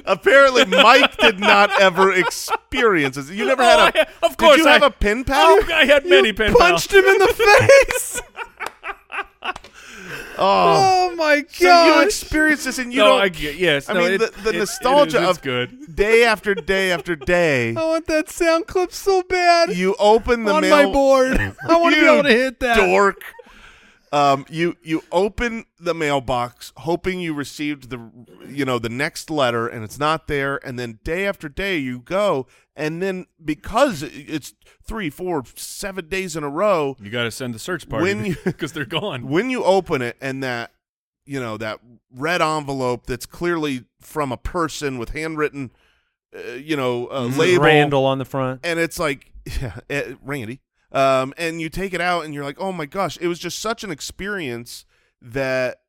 S4: Apparently, Mike did not ever experience this. You never
S3: Oh,
S4: had a.
S3: I- of course
S4: Did you have
S3: I- Oh,
S4: a pen pal?
S3: I had many pen pals.
S2: Punched him in the face.
S4: Oh,
S2: oh my
S4: so you
S2: god.
S4: experienced this, and you
S3: no,
S4: don't.
S3: I get yes.
S4: I
S3: no,
S4: mean,
S3: it-
S4: the, the
S3: it- it
S4: nostalgia
S3: is, it's
S4: of
S3: good.
S4: day after day after day.
S2: I want that sound clip so bad
S4: You open the
S2: on
S4: mail.
S2: my board. I want to be
S4: You
S2: able to hit that.
S4: dork. Um, you you open the mailbox hoping you received the you know the next letter and it's not there and then day after day you go and then because it- it's three four seven days in a row
S3: You got to send the search party
S4: When you-
S3: because they're gone.
S4: when you open it and that you know that red envelope that's clearly from a person with handwritten uh, you know uh,
S2: Mm-hmm.
S4: label
S2: Randall on the front.
S4: and it's like yeah, eh, Randy. Um, and you take it out, and you're like, oh my gosh, it was just such an experience that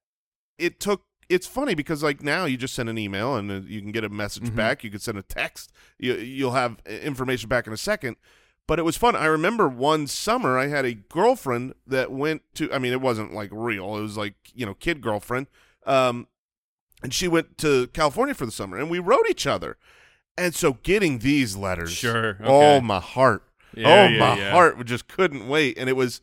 S4: it took. It's funny because like now you just send an email and uh, you can get a message back. You could send a text. You you'll have uh, information back in a second. But it was fun. I remember one summer I had a girlfriend that went to. I mean, it wasn't like real. It was like you know, kid girlfriend. Um, and she went to California for the summer, and we wrote each other. And so getting these letters,
S3: Sure, okay.
S4: oh my heart,
S3: Yeah,
S4: oh
S3: yeah,
S4: my
S3: yeah.
S4: heart, just couldn't wait. And it was,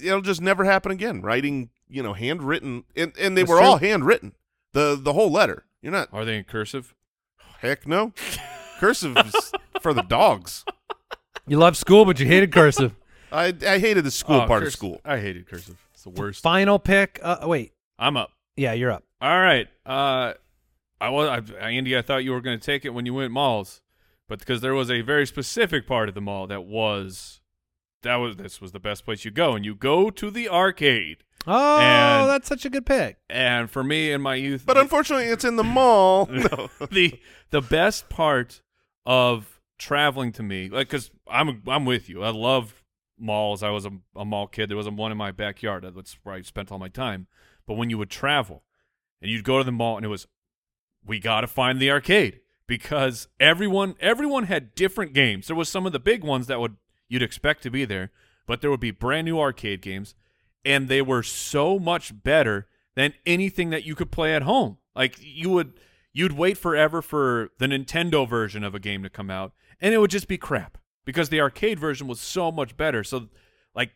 S4: it'll just never happen again. Writing, you know, handwritten, and, and they
S2: That's
S4: were all
S2: true.
S4: handwritten. The the whole letter. You're not
S3: Are they in cursive?
S4: heck no, cursive is for the dogs.
S2: You loved school, but you hated cursive.
S4: I I hated the school
S3: Oh,
S4: part
S3: cursive.
S4: of school.
S3: I hated cursive. It's the worst.
S2: Final pick. Uh, wait.
S3: I'm up.
S2: Yeah, you're up.
S3: All right. Uh, I was I, Andy. I thought you were going to take it when you went malls, but because there was a very specific part of the mall that was that was this was the best place you go, and you go to the arcade.
S2: Oh,
S3: And-
S2: that's such a good pick.
S3: And for me in my youth,
S4: But
S3: the-
S4: unfortunately, it's in the mall. No.
S3: the the best part of traveling to me, like, cause I'm I'm with you. I love malls. I was a, a mall kid. There was a one in my backyard. That's where I spent all my time. But when you would travel, and you'd go to the mall, and it was, we gotta find the arcade because everyone everyone had different games. There was some of the big ones that would you'd expect to be there, but there would be brand new arcade games and they were so much better than anything that you could play at home. Like you would you'd wait forever for the Nintendo version of a game to come out and it would just be crap because the arcade version was so much better. So like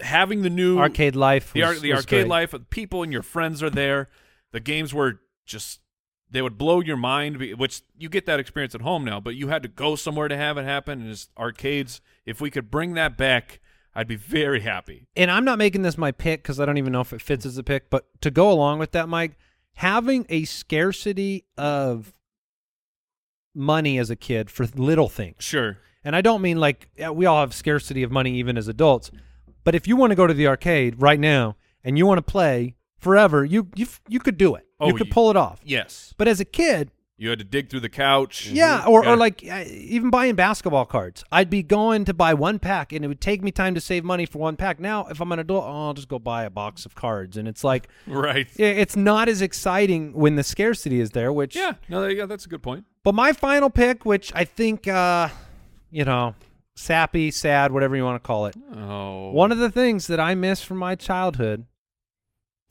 S3: having the new
S2: Arcade life.
S3: the, ar-
S2: was-
S3: the
S2: was
S3: arcade
S2: great.
S3: life of people and your friends are there the games were just they would blow your mind be- which you get that experience at home now but you had to go somewhere to have it happen and it's arcades if we could bring that back i'd be very happy
S2: and I'm not making this my pick because I don't even know if it fits as a pick, but to go along with that, Mike, having a scarcity of money as a kid for little things.
S3: sure
S2: And I don't mean like yeah, we all have scarcity of money even as adults, but if you want to go to the arcade right now and you want to play forever, you you you could do it.
S3: Oh,
S2: you could
S3: you-
S2: pull it off.
S3: yes
S2: But as a kid,
S3: you had to dig through the couch
S2: yeah, or,
S3: Mm-hmm. Yeah.
S2: or like uh, even buying basketball cards. I'd be going to buy one pack, and it would take me time to save money for one pack. Now, if I'm an adult, oh, I'll just go buy a box of cards, and it's like
S3: right
S2: i- it's not as exciting when the scarcity is there. Which,
S3: yeah no yeah that's a good point
S2: But my final pick, which I think, uh, you know, sappy, sad, whatever you want to call it.
S3: oh
S2: One of the things that I miss from my childhood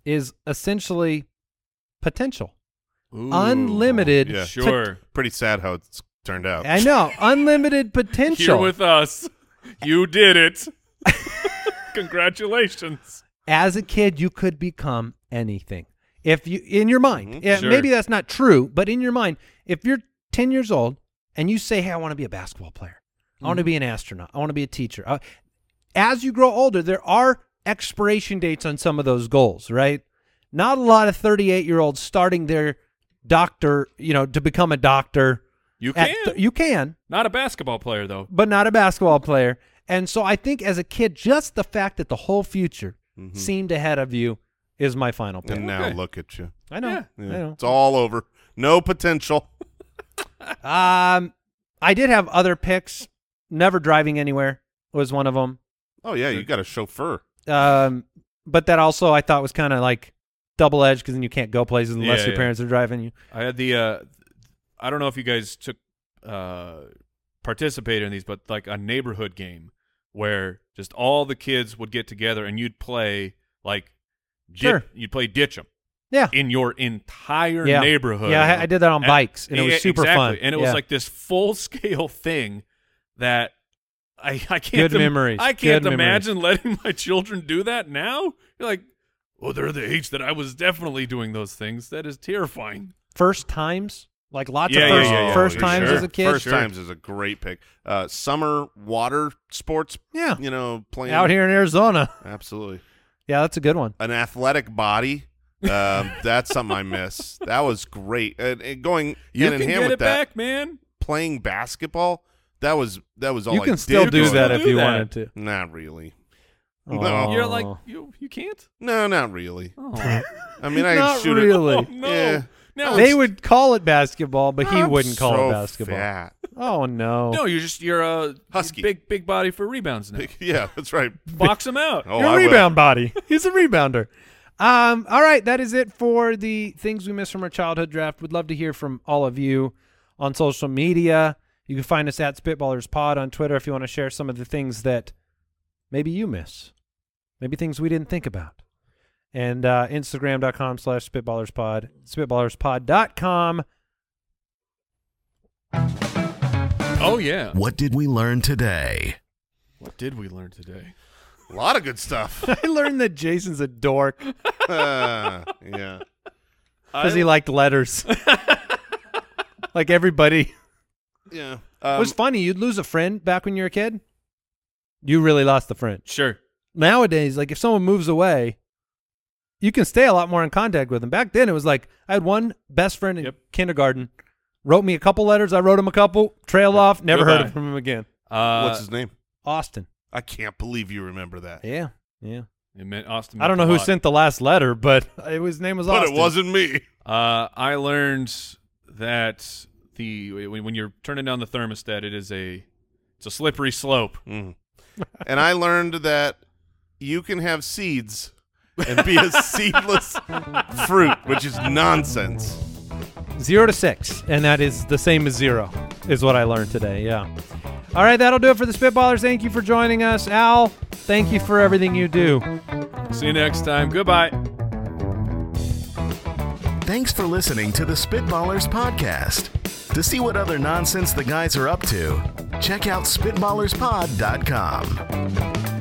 S2: is essentially potential. unlimited
S4: Yeah.
S3: sure
S4: Pretty sad how it's turned out.
S2: I know unlimited potential.
S3: here with us you did it congratulations
S2: as a kid you could become anything if you in your mind yeah,
S3: Mm-hmm. Sure.
S2: maybe that's not true but in your mind if you're 10 years old and you say hey i want to be a basketball player i
S3: Mm-hmm.
S2: want to be an astronaut i want to be a teacher I- as you grow older there are expiration dates on some of those goals right not a lot of 38 year olds starting their doctor, you know, to become a doctor.
S3: You
S2: at
S3: can.
S2: th- you can,
S3: Not a basketball player though.
S2: but not a basketball player. And so I think as a kid, just the fact that the whole future
S3: Mm-hmm.
S2: seemed ahead of you is my final pick.
S4: And now
S3: Okay.
S4: look at you.
S2: I know.
S4: Yeah.
S2: I know.
S4: It's all over. No potential.
S2: Um, I did have other picks. Never driving anywhere was one of them.
S4: Oh yeah, you got a chauffeur.
S2: Um, but that also I thought was kind of like double edged because then you can't go places unless
S3: Yeah,
S2: your
S3: yeah.
S2: parents are driving you.
S3: I had the uh I don't know if you guys took uh participated in these, but like a neighborhood game where just all the kids would get together and you'd play like di-
S2: Sure.
S3: you'd play ditch 'em
S2: Yeah.
S3: in your entire
S2: Yeah.
S3: neighborhood.
S2: Yeah, I, I did that on
S3: And-
S2: bikes and it
S3: yeah,
S2: was super fun.
S3: exactly. And it
S2: Yeah.
S3: was like this full scale thing that I I can't
S2: Good memories.
S3: I can't
S2: Good memories.
S3: imagine letting my children do that now. You're like, well, they're the age that I was definitely doing those things. That is terrifying.
S2: first times, like lots
S3: Yeah,
S2: of
S3: yeah,
S2: first,
S3: yeah, yeah.
S2: first
S4: for
S2: times
S4: sure.
S2: as a kid.
S4: First times is a great pick. Uh, summer water sports.
S2: Yeah.
S4: You know, playing
S2: Out here in Arizona.
S4: Absolutely.
S2: Yeah, that's a good one.
S4: an athletic body. Um, that's something I miss. That was great. And, and going
S3: You
S4: hand
S3: can
S4: in hand
S3: get
S4: with
S3: it
S4: that,
S3: back, man.
S4: playing basketball. That was that was all.
S2: You
S4: I
S2: can
S4: did
S2: still do
S4: growing
S2: that
S4: up.
S2: if you
S3: that.
S2: wanted to.
S4: Not really.
S2: Oh.
S4: No.
S3: You're like you you can't.
S4: No, not really.
S3: Oh,
S4: I mean, I
S2: Not
S4: could shoot it.
S2: really.
S3: Oh, no.
S4: Yeah. Oh.
S3: No,
S2: They
S3: it's-
S2: would call it basketball, but he
S4: I'm
S2: wouldn't call
S4: so
S2: it basketball.
S4: fat.
S2: Oh no.
S3: No, you're just you're a
S4: Husky.
S3: big big body for rebounds now.
S4: Yeah, that's right.
S3: Box them out.
S4: Oh,
S2: You're
S4: I
S2: a
S4: will.
S2: rebound body. He's a rebounder. Um, all right, that is it for the things we missed from our childhood draft. Would love to hear from all of you on social media. You can find us at Spitballers Pod on Twitter if you want to share some of the things that maybe you miss, maybe things we didn't think about. And uh, Instagram.com slash SpitballersPod, SpitballersPod.com.
S3: Oh yeah.
S1: What did we learn today?
S3: What did we learn today?
S4: A lot of good stuff.
S2: I learned that Jason's a dork
S4: Uh, yeah.
S2: because he liked letters. like everybody.
S4: Yeah. Um,
S2: it was funny. You'd lose a friend back when you were a kid. You really lost the friend.
S3: Sure.
S2: Nowadays, like if someone moves away, you can stay a lot more in contact with them. Back then, it was like I had one best friend in
S3: Yep.
S2: kindergarten, wrote me a couple letters. I wrote him a couple, trailed off, never heard
S3: Goodbye.
S2: from him again.
S3: Uh,
S4: what's his name?
S2: Austin.
S4: I can't believe you remember that.
S2: Yeah. Yeah.
S3: It meant Austin.
S2: I don't know
S3: meant a
S2: who
S3: lot.
S2: sent the last letter, but it was, his name was
S4: But
S2: Austin.
S4: it wasn't me.
S3: Uh, I learned that the when when you're turning down the thermostat, it is a it's a slippery slope.
S4: Mm. and I learned that you can have seeds and be a seedless fruit, which is nonsense.
S2: zero to six, and that is the same as zero, is what I learned today. Yeah. All right, that'll do it for the Spitballers. Thank you for joining us, Al. Thank you for everything you do.
S3: See you next time. Goodbye.
S1: Thanks for listening to the Spitballers Podcast. To see what other nonsense the guys are up to, check out SpitballersPod.com.